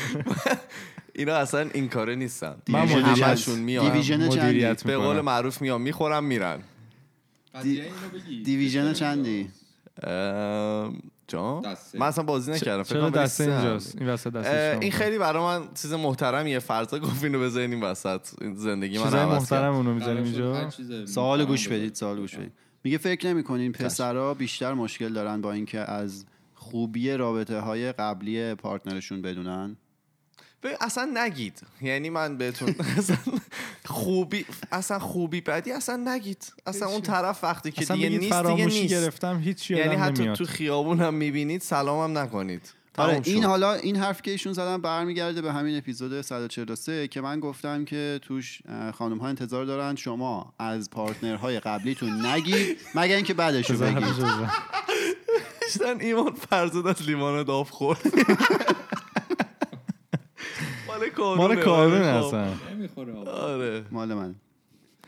(laughs) اینا اصلا این کاره نیستن (laughs) من دیویژن مدیریت- همشون میان دیویژن مدیریت چندی به قول می‌کنم. معروف میان میخورن میرن قضیه اینو بگی دیویژن چندی ام، جان دسته. من اصلا بازی نکردم فکر چرا کنم دست نیستم. اینجاست این وسط دست اه، این خیلی برای من چیز محترمیه فرضا گفت اینو بذارین این وسط این زندگی من چیزای عوض کرد محترم اونو میذاریم آره. قرار شد هر اینجا چیز سوال محترم گوش بذاری. بدید سوال گوش بدید میگه فکر نمی‌کنین پسرا بیشتر مشکل دارن با اینکه از خوبی رابطه های قبلی پارتنرشون بدونن ببین، اصلا نگید یعنی من (laughs) بهتون اصلا خوبی اصلا خوبی بدی اصلا نگید اصلا اون طرف وقتی که اصلا دیگه بگید نیست دیگه فراموشی نیست گرفتم هیچ یعنی یادم حتی نمیاد تو خیابون هم میبینید سلامم نکنید آره تموم شد. این حالا این حرف که ایشون زدن برمیگرده به همین اپیزود 143 که من گفتم که توش خانم ها انتظار دارن شما از پارتنرهای قبلیتون نگید مگر اینکه بعدش رو زهر بگید جزه. (laughs) داشتن ایمان فرزاد از لیوان داف (laughs) خورد مال کارونه مال کارون آره، خب. اصلا نمیخوره آقا. آره مال من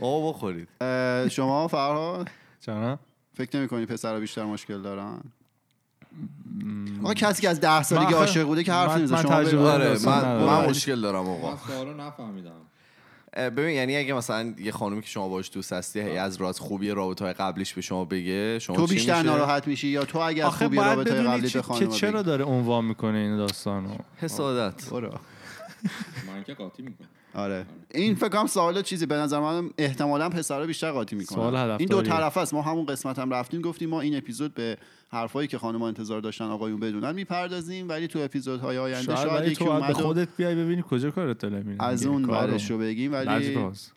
آقا بخورید اه، شما فرها جانا فکر نمی‌کنین پسرا بیشتر مشکل دارن آقا کسی که از ده سالگی آخه- عاشق بوده که حرف من- نمیزنه من شما تجربه بگو. آره داستان من, نداره. من مشکل دارم من آقا سوالو نفهمیدم اه، ببین یعنی اگه مثلا یه خانومی که شما باش دوست هستی هی از راز خوبی رابطه های قبلیش به شما بگه شما تو چی بیشتر میشه؟ ناراحت میشی یا تو اگه از آخه خوبی باید رابطه قبلی یعنی بدونی به چی- که خانم چرا داره عنوان میکنه این داستانو حسادت من که قاطی میکنم آره این فکر کنم سوال چیزی به نظر من احتمالا پسرا بیشتر قاطی میکنن سوال هدفداریه. این دو طرف است ما همون قسمت هم رفتیم گفتیم ما این اپیزود به حرفایی که خانم انتظار داشتن آقایون بدونن میپردازیم ولی تو اپیزودهای آینده شاید, شاید ولی یکی تو باید به اومد و خودت بیای ببینی کجا کارت داره میره از دیگه. اون کارو. ورش رو بگیم ولی لجباز.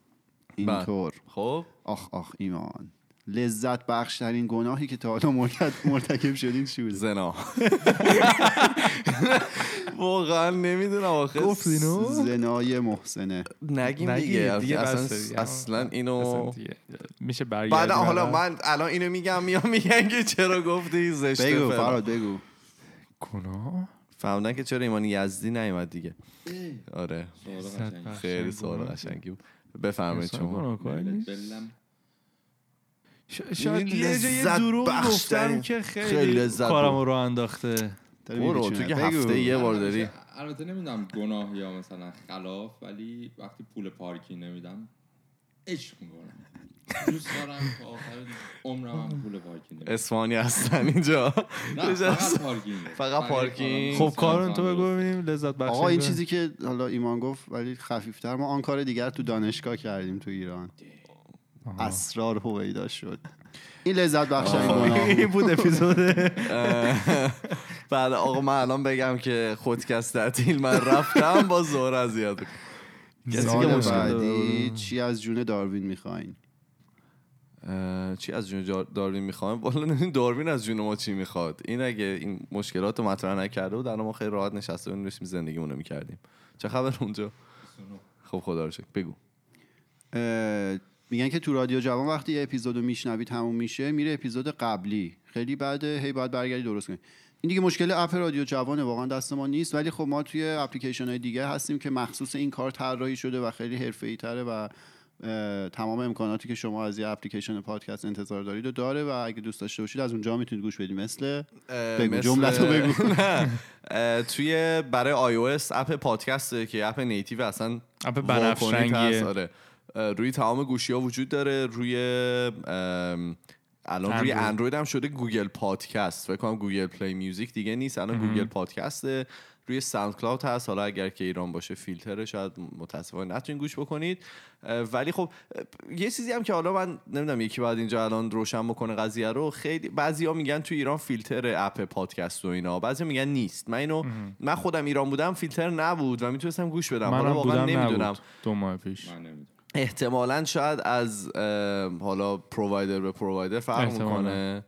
اینطور خب آخ آخ ایمان لذت بخشترین گناهی که تا حالا مرتد- مرتکب شدین چی (laughs) بوده زنا واقعا نمیدونم آخه گفت اینو زنای محسنه نگیم نگید، دیگه, دیگه بسه اصلا, دیگه. اصلا اینو اصلا دیگه. یعنی میشه برگردی بعد حالا من الان اینو میگم میام میگن که چرا گفتی زشته بگو فلان. فراد بگو گناه فهمدن که چرا ایمان یزدی نیومد دیگه آره سوال صد قشنگ بخش. خیلی قشنگ سوال گناه. قشنگی بود بفرمایید انسان شما بله، گناهکار نیست. بلم ش- شاید این یه جای لذت دروغ بخشترین- گفتم که خیلی خیلی لذت کارمو رو انداخته داره برو تو می‌پیچونه. که بگو. هفته یه بار البته- داری البته نمیدونم گناه یا مثلا خلاف ولی وقتی پول پارکینگ نمیدم عشق میکنم دوست دارم تا آخر عمرم هم پول پارکینگ بدم. اسفانی هستن اینجا نه فقط پارکینگ فقط پارکینگ. خب کارون تو بگو ببینیم لذت بخش آقا این چیزی که حالا ایمان گفت ولی خفیفتر ما آن کار دیگر تو دانشگاه کردیم تو ایران اسرار هویدا شد این لذت بخشن گناه بود. (laughs) این بود اپیزود بعد آقا من الان بگم که خودکست تعطیل من رفتم با زهر اذیت می‌کنم. کسی که سال مشکل داره. بعدی چی از جون داروین میخواین اه، چی از جون جار- داروین میخوام والا نمیدونم داروین از جون ما چی میخواد این اگه این مشکلات رو مطرح نکرده بود الان ما خیلی راحت نشسته بودیم داشتیم زندگیمون رو میکردیم چه خبر اونجا خب خدا رو شکر بگو اه، میگن که تو رادیو جوان وقتی یه اپیزودو میشنوی تموم میشه میره اپیزود قبلی خیلی بعده هی باید برگردی درست کنی این دیگه مشکل اپ رادیو جوانه واقعا دست ما نیست ولی خب ما توی اپلیکیشن های دیگه هستیم که مخصوص این کار طراحی شده و خیلی حرفه‌ای تره و اه، تمام امکاناتی که شما از یه اپلیکیشن پادکست انتظار دارید و داره و اگه دوست داشته باشید از اونجا میتونید گوش بدید مثل بگو، مثل- جملتو بگو. (laughs) نه. اه، توی برای آی او اس اپ پادکسته که اپ نیتیو اصلا اپ واکنی هست، بنفشنگیه آره. اه، روی تمام گوشی ها وجود داره روی ام، الان روی اندروید. اندروید هم شده گوگل پادکست فکر کنم گوگل پلی میوزیک دیگه نیست الان گوگل پادکسته روی ساوند کلاود هست حالا اگر که ایران باشه فیلتره شاید متاسفانه نتونین گوش بکنید اه، ولی خب اه، یه چیزی هم که حالا من نمیدونم یکی بعد اینجا الان روشن بکنه قضیه رو خیلی بعضیا میگن تو ایران فیلتر اپ پادکست و اینا بعضی میگن نیست من اینو من خودم ایران بودم فیلتر نبود و میتونستم گوش بدم حالا منم واقعا بودم نمیدونم نبود دو ماه پیش من نمیدونم احتمالا شاید از اه، حالا پرووایدر به پرووایدر فرق احتمالاً. میکنه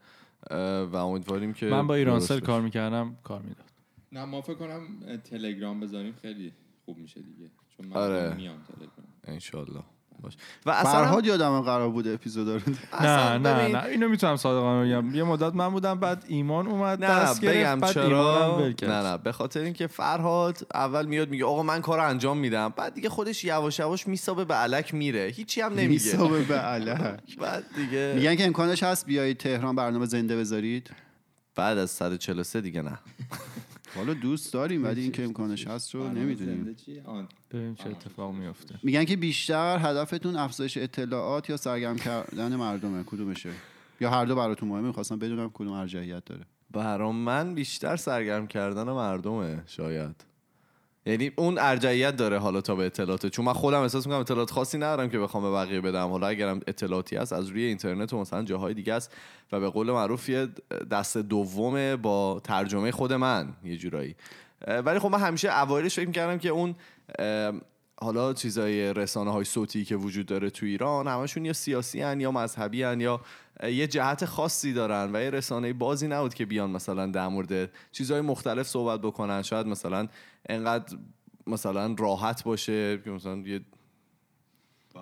و امیدواریم که من با ایرانسل درست بشه. کار میکردم کار میداد نه ما فکر کنم اه، تلگرام بذاریم خیلی خوب میشه دیگه چون من آره. میام تلگرام انشالله باش و اصلا هم- فرهاد یادم قرار بود اپیزود رو اصلا نه نه ببین، نه اینو میتونم صادقانه بگم یه مدت من بودم بعد ایمان اومد نه نه دست گرفت بگم بعد ایمانم چرا ول کرد. نه نه به خاطر اینکه فرهاد اول میاد میگه آقا من کار رو انجام میدم بعد دیگه خودش یواش یواش میسابه به علک میره هیچی هم نمیگه حساب به علک. بعد دیگه میگن که امکانش هست بیایید تهران برنامه زنده بذارید بعد از 143 دیگه نه حالا دوست داریم ولی اینکه امکانش هست رو برنامه خب، نمیدونیم آره، زنده چیه؟ آن ببینیم چه اتفاق میفته میگن که بیشتر هدفتون افزایش اطلاعات یا سرگرم کردن مردمه کدومشه یا هر دو براتون مهمه میخواستم بدونم کدوم ارجحیت داره برام من بیشتر سرگرم کردن مردمه شاید یعنی اون ارجعیت داره حالا تا به اطلاعاته چون من خودم احساس میکنم اطلاعات خاصی ندارم که بخوام به بقیه بدم حالا اگرم اطلاعاتی هست از روی اینترنت و مثلا جاهای دیگه است و به قول معروف یه دست دومه با ترجمه خود من یه جورایی اه، ولی خب من همیشه اوایلش فکر میکردم که اون ام، حالا چیزای رسانه های صوتی که وجود داره تو ایران همشون یا سیاسی هن یا مذهبی هن یا یه جهت خاصی دارن و یه رسانه بازی نبود که بیان مثلا در مورد چیزهای مختلف صحبت بکنن شاید مثلا انقدر مثلا راحت باشه که مثلا یه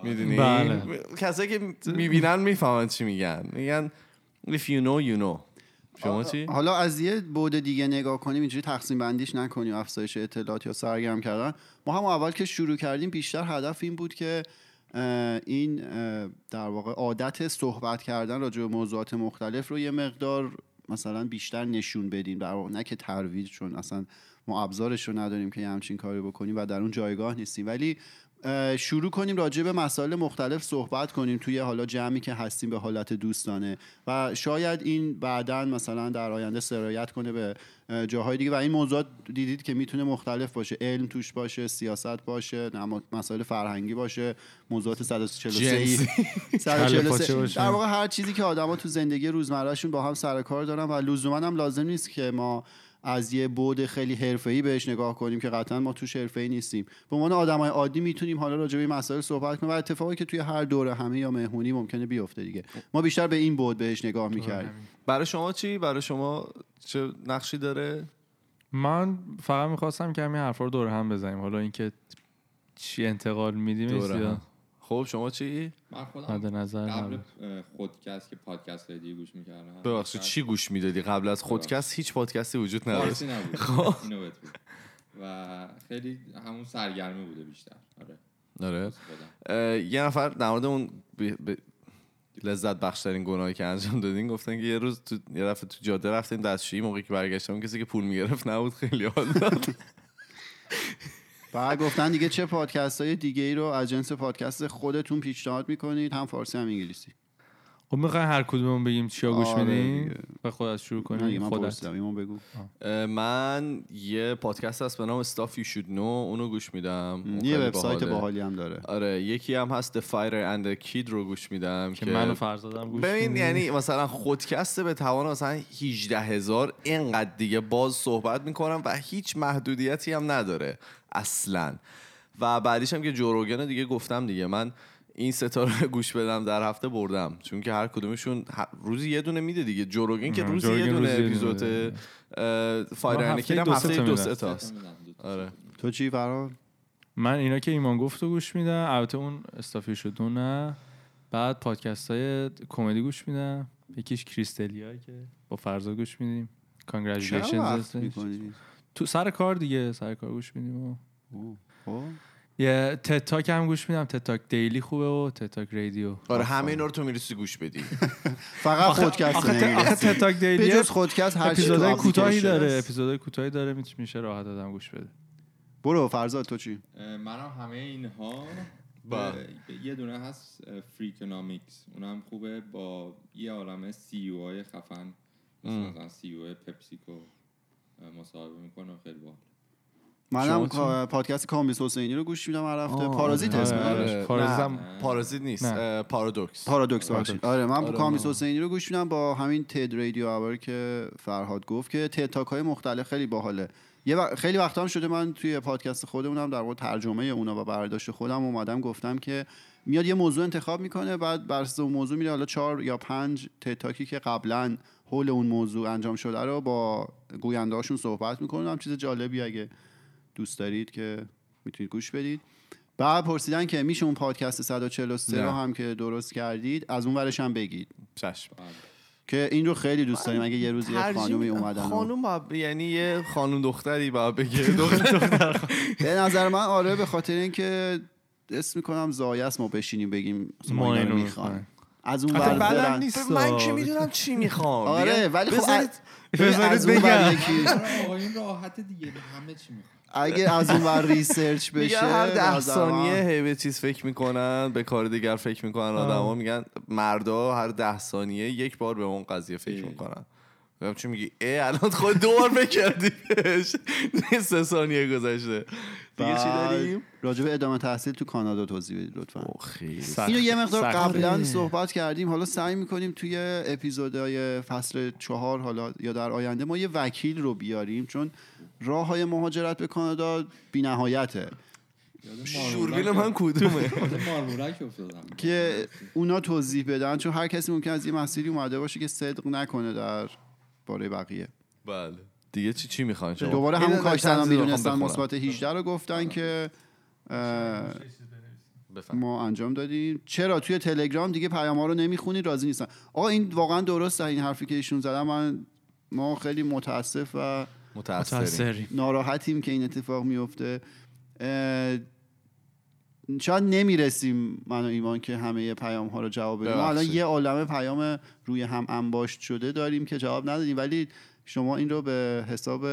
میدونی بله. کسایی که میبینن میفهمن چی میگن میگن if you know you know شما چی؟ حالا از یه بعد دیگه نگاه کنیم اینجوری تقسیم بندیش نکنیم افزایش اطلاعات یا سرگرم کردن ما هم اول که شروع کردیم بیشتر هدف این بود که اه، این اه، در واقع عادت صحبت کردن راجع به موضوعات مختلف رو یه مقدار مثلا بیشتر نشون بدیم در واقع نه که ترویج چون اصلا ما ابزارش رو نداریم که یه همچین کاری بکنیم و در اون جایگاه نیستیم ولی اه، شروع کنیم راجع به مسائل مختلف صحبت کنیم توی حالا جمعی که هستیم به حالت دوستانه و شاید این بعدا مثلا در آینده سرایت کنه به اه، جاهای دیگه و این موضوعات دیدید که میتونه مختلف باشه علم توش باشه سیاست باشه نما- مسائل فرهنگی باشه موضوعات 143 کله پاچه 143 باشه. در واقع هر چیزی که آدما تو زندگی روزمرهشون با هم سر کار دارن و لزوما هم لازم نیست که ما از یه بعد خیلی حرفه‌ای بهش نگاه کنیم که قطعا ما توش حرفه‌ای نیستیم به عنوان آدمای عادی میتونیم حالا راجع به این مسائل صحبت کنیم و اتفاقی که توی هر دوره همه یا مهمونی ممکنه بیفته دیگه ما بیشتر به این بعد بهش نگاه میکردیم برای شما چی؟ برای شما چه نقشی داره؟ من فقط میخواستم که همین حرفا رو دور هم بزنیم حالا اینکه چی انتقال میدیم دوره یا هم. خب شما چی؟ من خودم مد نظر آره. قبل نبود. اه، خودکست که پادکست های دیگه گوش میکردم ببخشید چی گوش میدادی قبل از خودکست هیچ پادکستی وجود نداشت فارسی نبود خب. اینو بهت بگم. و خیلی همون سرگرمی بوده بیشتر آره آره خودم اه، یه نفر در مورد اون ب- ب- لذت بخشترین گناهی که انجام دادین گفتن که یه روز تو یه دفعه تو جاده رفتیم دستشویی موقعی که برگشتم کسی که پول میگرفت نبود خیلی حال داد (laughs) بعد گفتن دیگه چه پادکست های دیگه ای رو از جنس پادکست خودتون پیشنهاد میکنید هم فارسی هم انگلیسی خب میخوای هر کدوممون بگیم چیا گوش آره میدیم دیگه. و خودت شروع نه دیگه کنیم من خودت پرسیدم ایمان بگو اه، من یه پادکست هست به نام Stuff You Should Know اونو گوش میدم اون یه خیلی وبسایت باحاله. باحالی هم داره آره یکی هم هست The Fire and the Kid رو گوش میدم که من و فرزادم گوش ببین میدیم. یعنی مثلا خودکسته به توان مثلا 18 هزار اینقدر دیگه باز صحبت میکنم و هیچ محدودیتی هم نداره اصلا و بعدیش هم که جوروگن دیگه گفتم دیگه من این ستاره رو (laughs) گوش بدم در هفته بردم چون که هر کدومشون ه- روزی یه دونه میده دیگه جوروگن که آه، روزی یه جوروگن دونه روزی یه دونه اپیزود بده. اه، فایر ما اند هفته کیل هم دو سه هفته تا دو می‌دن. سه تاست می‌دم دو تا. آره تو چی فرهاد من اینا که ایمان گفت رو گوش میدم البته اون استافی شد اون نه بعد پادکست های کمدی گوش میدم یکیش کریستلیا که با فرزاد گوش میدیم چرا وقت کانگرچولیشنز می‌کنی؟ تو سر کار دیگه سر کار گوش میدیم و اوه، خب. یه تتاک هم گوش میدم تتاک دیلی خوبه و تتاک رادیو آره همه اینا رو تو میرسی گوش (laughs) بدی فقط خودکست آخه, ت- آخه نمی‌رسی. تتاک به دیلی جز خودکست هر چی تو اپیزودهای اپلیکیشن کوتاهی هست. داره اپیزودهای کوتاهی داره می‌تونه- میشه راحت آدم گوش بده برو فرزاد تو چی منم همه (laughs) اینها با. به- یه دونه هست اه، فریکنامیکس اونم خوبه با یه عالمه سی او های خفن ام. مثلا سی او پپسیکو اه، مصاحبه میکنه خیلی (laughs) با منم شما کا- پادکست کامبیس حسینی رو گوش میدم هر هفته آه، پارازیت آره، اسمش آره. آره. پارازم نه. پارازیت نیست نه. اه، پارادوکس پارادوکس پارادوکس. بخشید آره من آره، کامیس آره. حسینی رو گوش میدم با همین تد رادیو آور که فرهاد گفت که تد تاک های مختلف خیلی باحاله یه وق- خیلی وقتا هم شده من توی پادکست خودمونم در مورد ترجمه اونا و برداشت خودم اومدم گفتم که میاد یه موضوع انتخاب میکنه بعد بر اساس اون موضوع میره حالا چهار یا پنج تد تاکی که قبلا حول اون موضوع انجام شده رو با گویندهاشون صحبت میکنم چیز جالبی اگه دوست دارید که میتونید گوش بدید بعد پرسیدن که میشه اون پادکست 143 رو نه. هم که درست کردید از اون ورش هم بگید چشم که این رو خیلی دوست داریم اگه یه روز یه ترجیح خانومی میدم. اومدن و- آره، خانوم با... یعنی یه خانوم دختری با (laughs) بگه دختر به نظر من آره به خاطر اینکه اسم میکنم زایست ما بشینیم بگیم مثلا ما ما اینا رو اینو میخوایم می‌خوایم. از اون آخه ور بلد برن. نیست. من که میدونم چی میخوام بله. آره ولی خب (laughs) بذارید- اگه از اون ور یکی آقایون راحت دیگه به همه چی میخوام اگه از اون ور ریسرچ بشه میگن هر به ده نظر من- ثانیه هی به چیز فکر میکنن به کار دیگر فکر میکنن آدما میگن مردا هر ده ثانیه یک بار به اون قضیه فکر ای. میکنن میگم چی میگی ای الان خود دو بار بکردی (laughs) سه ثانیه گذشته دیگه چی بعد داریم راجع به ادامه تحصیل تو کانادا توضیح بدید لطفا سخت. اینو یه مقدار سخت. قبلا آره. صحبت کردیم حالا سعی میکنیم توی اپیزودهای فصل چهار حالا یا در آینده ما یه وکیل رو بیاریم چون راه های مهاجرت به کانادا بی نهایته شوربین من کدومه مارمورک افتادم که اونا توضیح بدن چون هر کسی ممکن از یه مسیری اومده باشه که صدق نکنه در باره بقیه بله دیگه چی چی میخوان شما دوباره این همون دفعه کاش سلام تنظیر رو میدونستن میخوام مثبت 18 رو گفتن که اه، بفهم. ما انجام دادیم چرا توی تلگرام دیگه پیام ها رو نمیخونی راضی نیستن آقا این واقعا درسته این حرفی که ایشون زدن من ما خیلی متاسف و متاثریم ناراحتیم که این اتفاق میفته اه، شاید نمیرسیم من و ایمان که همه پیام ها رو جواب بدیم ما الان ببخشید. یه عالمه پیام روی هم انباشت شده داریم که جواب ندادیم ولی شما این رو به حساب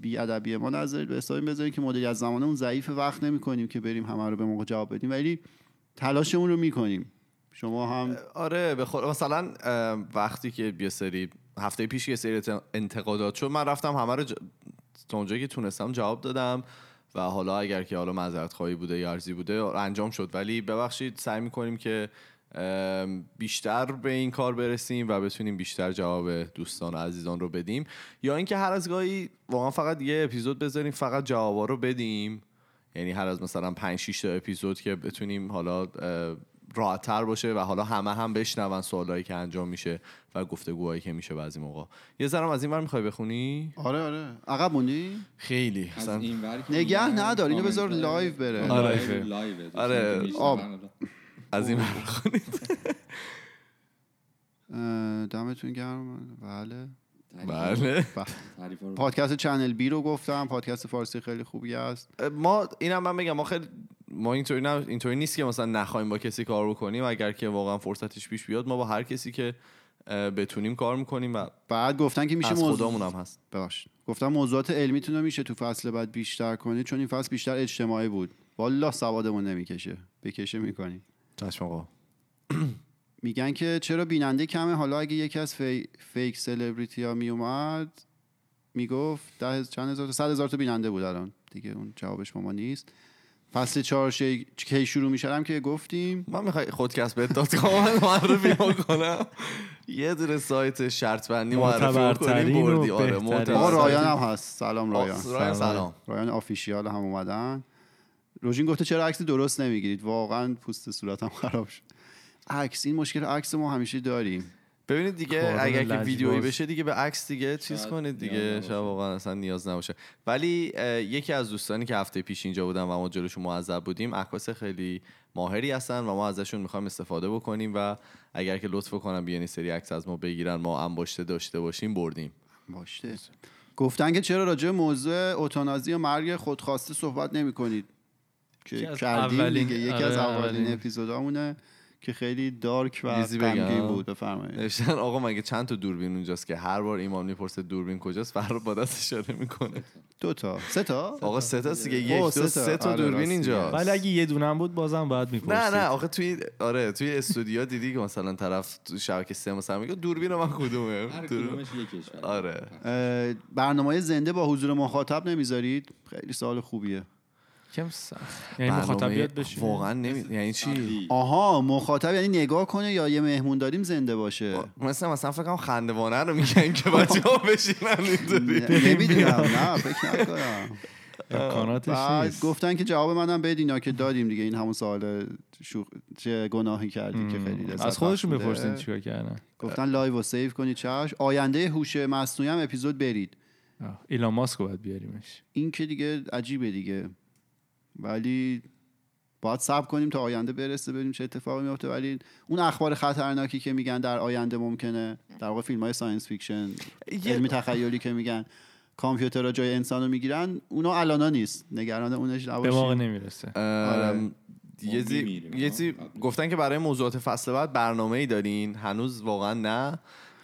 بیادبی ما نذارید به حساب این بذارید که مدیریت از زمانمون ضعیف وقت نمی کنیم که بریم همه رو به موقع جواب بدیم ولی تلاشمون رو میکنیم شما هم آره به خدا مثلا اه، وقتی که یه سری هفته پیش یه سری ات- انتقادات شد من رفتم همه رو ج... تا اونجایی که تونستم جواب دادم و حالا اگر که حالا معذرت خواهی بوده یا عرضی بوده انجام شد ولی ببخشید سعی میکنیم که ام، بیشتر به این کار برسیم و بتونیم بیشتر جواب دوستان و عزیزان رو بدیم یا اینکه هر از گاهی واقعا فقط یه اپیزود بذاریم فقط جوابا رو بدیم یعنی هر از مثلا 5 6 تا اپیزود که بتونیم حالا اه، راحت‌تر باشه و حالا همه هم بشنون سوالایی که انجام میشه و گفتگوهایی که میشه بعضی موقع یه ذرم از این ور میخوای بخونی آره آره عقب موندی خیلی از اصلا این ور که نگه می‌زنن، ندار، اینو بذار کامنت لایو بره. آره. لایو- لایوه. آره. می‌شنن آب. الان. از این ور بخونی اه، دمتون گرم بله (laughs) بله به. تعریفا رو پادکست چنل بی رو گفتم پادکست فارسی خیلی خوبی است ما اینم من بگم ما خیلی ما اینطوری نه- اینطوری نیست که مثلا نخوایم با کسی کار بکنیم اگر که واقعا فرصتش پیش بیاد ما با هر کسی که اه، بتونیم کار میکنیم و بعد گفتن که میشه از خودامون هم هست ببخشید گفتم موضوعات علمیتون رو میشه تو فصل بعد بیشتر کنید چون این فصل بیشتر اجتماعی بود والا سوادمون نمیکشه بکشه میکنیم چشم آقا میگن که چرا بیننده کمه حالا اگه یکی از فی... فیک سلبریتی ها میومد میگفت ده هز- چند هزار تا صد هزار تا بیننده بود الان دیگه اون جوابش ما ما نیست فصل چهار شی- کی شروع میشدم که گفتیم من میخوای خودکست بهت داد (laughs) کامل معرفی کنم یه دونه سایت شرط بندی معرفی کنیم معتبرترین و بردی آره بهترین. معتبر. آقا رایان هم هست سلام رایان آه، رایان سلام رایان آفیشیال هم اومدن روژین گفته چرا عکس درست نمیگیرید واقعا پوست صورتم (laughs) خراب شد عکس این مشکل عکس ما همیشه داریم ببینید دیگه کارون اگر که لجباز. ویدیویی بشه دیگه به عکس دیگه چیز شاید کنید نیاز دیگه نباشه. شاید واقعا اصلا نیاز نباشه ولی اه، یکی از دوستانی که هفته پیش اینجا بودن و ما جلوشون معذب بودیم عکاس خیلی ماهری هستن و ما ازشون میخوایم استفاده بکنیم و اگر که لطف کنن بیان یه سری عکس از ما بگیرن ما انباشته داشته باشیم بردیم باشته گفتن که چرا راجع به موضوع اتانازی یا مرگ خودخواسته صحبت نمی کنید یکی که از کردیم اولین- دیگه یکی آره، از اولین. اولین اپیزودامونه که خیلی دارک و ریزی بگم. غمگین بود بفرمایید نوشتن آقا مگه چند تا دوربین اونجاست که هر بار ایمام میپرسه دوربین کجاست فرار با دست اشاره (laughs) میکنه دو تا سه تا آقا سه تا دیگه اوه، یک دو سه تا. سه تا آره، دوربین راست اینجاست ولی اگه یه دونم بود بازم باید میپرسید نه نه آخه توی آره توی استودیو دیدی که مثلا طرف تو شبکه سه مثلا میگه دوربین من کدومه هر یعنی دوربین- کدومش یکش ولی. آره برنامه زنده با حضور مخاطب نمیذارید خیلی سال خوبیه کم سخت یعنی مخاطب بیاد بشینه واقعا نمی یعنی چی قبلی. آها مخاطب یعنی نگاه کنه یا یه مهمون داریم زنده باشه مثلا مثلا فکر کنم خندوانه رو میگن (laughs) که بچه ها بشینن اینطوری نه، نمیدونم (laughs) نه فکر نکنم امکاناتش بعد نیست. گفتن که جواب منم بدینا که دادیم دیگه این همون سوال شوخ چه گناهی کردی که خیلی لذت از خودشون بخش بوده. بپرسین چیکار کردن گفتن لایو و سیو کنید چش آینده هوش مصنوعی هم اپیزود برید آه، ایلان ماسک رو باید بیاریمش این که دیگه عجیبه دیگه ولی باید صبر کنیم تا آینده برسه ببینیم چه اتفاقی میفته ولی اون اخبار خطرناکی که میگن در آینده ممکنه در واقع فیلم های ساینس فیکشن یه- علمی تخیلی که میگن کامپیوترها جای انسان رو میگیرن اونا الانا نیست نگران اونش به موقع نباشید نمیرسه آره. ام، یه چیزی میمیریم، یه ها. چیزی گفتن که برای موضوعات فصل بعد برنامه ای دارین هنوز واقعا نه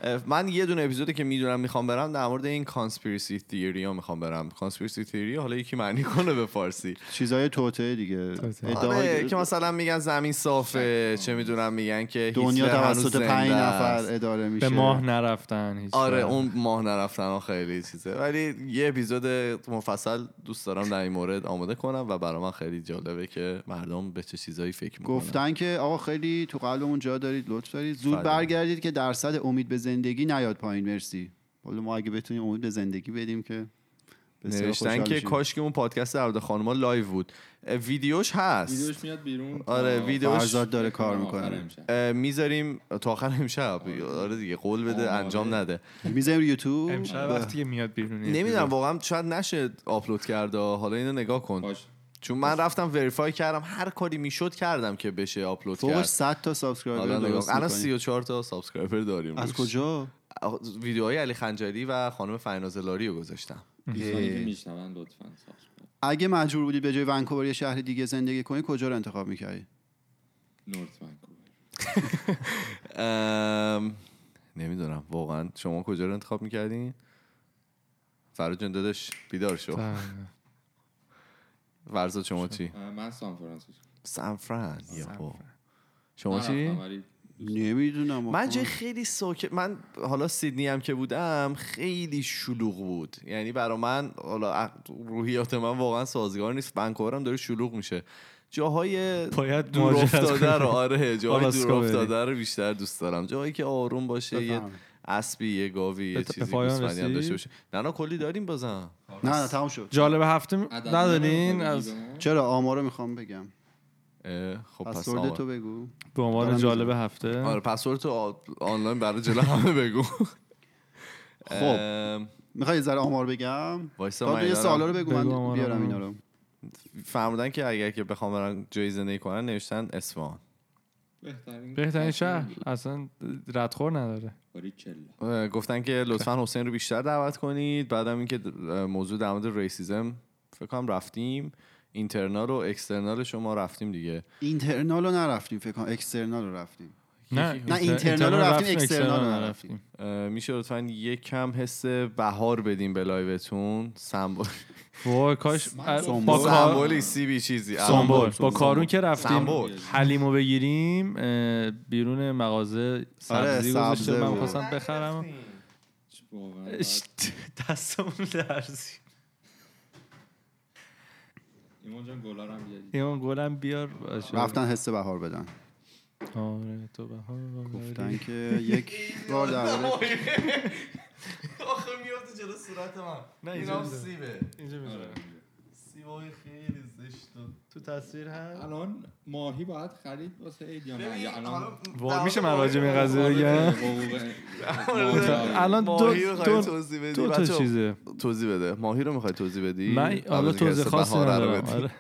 اه، من یه دونه اپیزودی که میدونم میخوام برم در مورد این کانسپیرسی تیوری ها میخوام برم کانسپیرسی تیوری حالا یکی معنی کنه به (laughs) فارسی چیزای توته دیگه توته. آره ادعای که مثلا میگن زمین صافه چه میدونم میگن که دنیا هیتلر هنوز توسط زنده پنج است. نفر اداره میشه به ماه نرفتن هیچ آره وقت. اون ماه نرفتن ها خیلی چیزه ولی یه اپیزود مفصل دوست دارم در این مورد آماده کنم و برای من خیلی جالبه که مردم به چه چیزایی فکر میکنن گفتن که آقا خیلی تو قلبمون جا دارید لطف دارید زود بله. برگردید که درصد امید به زندگی نیاد پایین مرسی حالا ما اگه بتونیم امید به زندگی بدیم که بسیار نوشتن خوشحال که میشیم. کاش که اون پادکست عبد خانما لایو بود اه، ویدیوش هست ویدیوش میاد بیرون آره، تا ویدیو- فرزاد داره کار آخر آره. میکنه امشب. اه، میذاریم تا آخر امشب آره دیگه قول بده آره. انجام نده میذاریم رو یوتیوب امشب به- وقتی که میاد بیرون نمیدونم واقعا شاید نشه آپلود کرده حالا اینو نگاه آره. کن باش چون من رفتم وریفای کردم هر کاری میشد کردم که بشه آپلود فوقش کرد 100 تا حالا سابسکرایبر نگاه درست کن. الان می‌کنیم. 34 تا سابسکرایبر داریم از روش. کجا آخ- ویدیوهای علی خنجری و خانم فرناز لاری رو گذاشتم دوستانی که اه. میشنون لطفاً سابسکرایب کنید. اگه مجبور بودی به جای ونکوور یه شهر دیگه زندگی کنی کجا رو انتخاب میکردی نورت ونکوور ام، نمیدونم واقعا شما کجا رو انتخاب میکردین؟ فراد جان داداش بیدار شو ورزا شما چی؟ اه، من سان فرانسیسکو سنفران یهو سنفران. شما چی؟ نرفتم، ولی نمیدونم من جای خیلی ساکت من حالا سیدنی هم که بودم خیلی شلوغ بود یعنی برا من حالا عق- روحیات من واقعا سازگار نیست بنکورم داره شلوغ میشه جاهای باید دور مهاجرت افتاده کنی. رو آره جاهای آلاسکا دور بری. افتاده رو بیشتر دوست دارم جایی که آروم باشه یه بفهمم. اسبی یه گاوی به- یه به چیزی پایان گوسفندی هم داشته رسید؟ باشه نه نه کلی داریم بازم نه نه تمام شد جالب هفته م- عدد ندارین نداره از بگیرمون. چرا آمارو میخوام بگم اه، خب پس پسورد تو آمار. بگو به عنوان دارم جالب هفته آره پسورد تو آ- آنلاین برای جلو همه (laughs) بگو خب ام، میخوای یه ذره آمار بگم وایسا تا من یه اینا رو- سوالا رو بگو بگو من آمارا بیارم رو. اینا رو فرمودن که اگر که بخوام برن جای زندگی کنن نوشتن اصفهان بهترین بهترین شهر اصلا ردخور نداره باریکلا. اه، گفتن که لطفا حسین رو بیشتر دعوت کنید بعدم اینکه د- موضوع در مورد ریسیزم فکر کنم رفتیم اینترنال و اکسترنال شما رفتیم دیگه اینترنال رو نرفتیم فکر کنم اکسترنال رو رفتیم نه اینترنال رو رفتیم، اکسترنال رو نرفتیم اه، میشه لطفا یک کم حس بهار بدیم به لایوتون سمبل وای کاش من اه، سنبول. با کار سمبولی سی بی چیزی سنبول با سنبول. کارون که رفتیم سنبول. حلیمو بگیریم اه، بیرون مغازه آره، سبزی سبزه گذاشته من بود. خواستم بخرم واقعاً باید- دستمون لرزی ایمان جان گلا رو هم بیاری. ایمان گلم بیار باشه. رفتن حس بهار بدن آره تو بهار آوری. گفتن که یک (laughs) بار در مورد- آخه میفته جلو صورت من نه، اینجا اینم بذار. سیبه اینجا آره. میذارم. آره. سیبای خیلی زشت تو تصویر هم الان ماهی باید خرید واسه عید یا نه یا الان وای، میشه من راجع به این قضیه بگم آره. الان دو- ماهی رو خواهی دو- توضیح بدی تو تو بچه‌ها، چیزه توضیح بده ماهی رو میخوای توضیح بدی آره من حالا الان که توضیح حس خاصی بهاره رو ندارم بدی. آره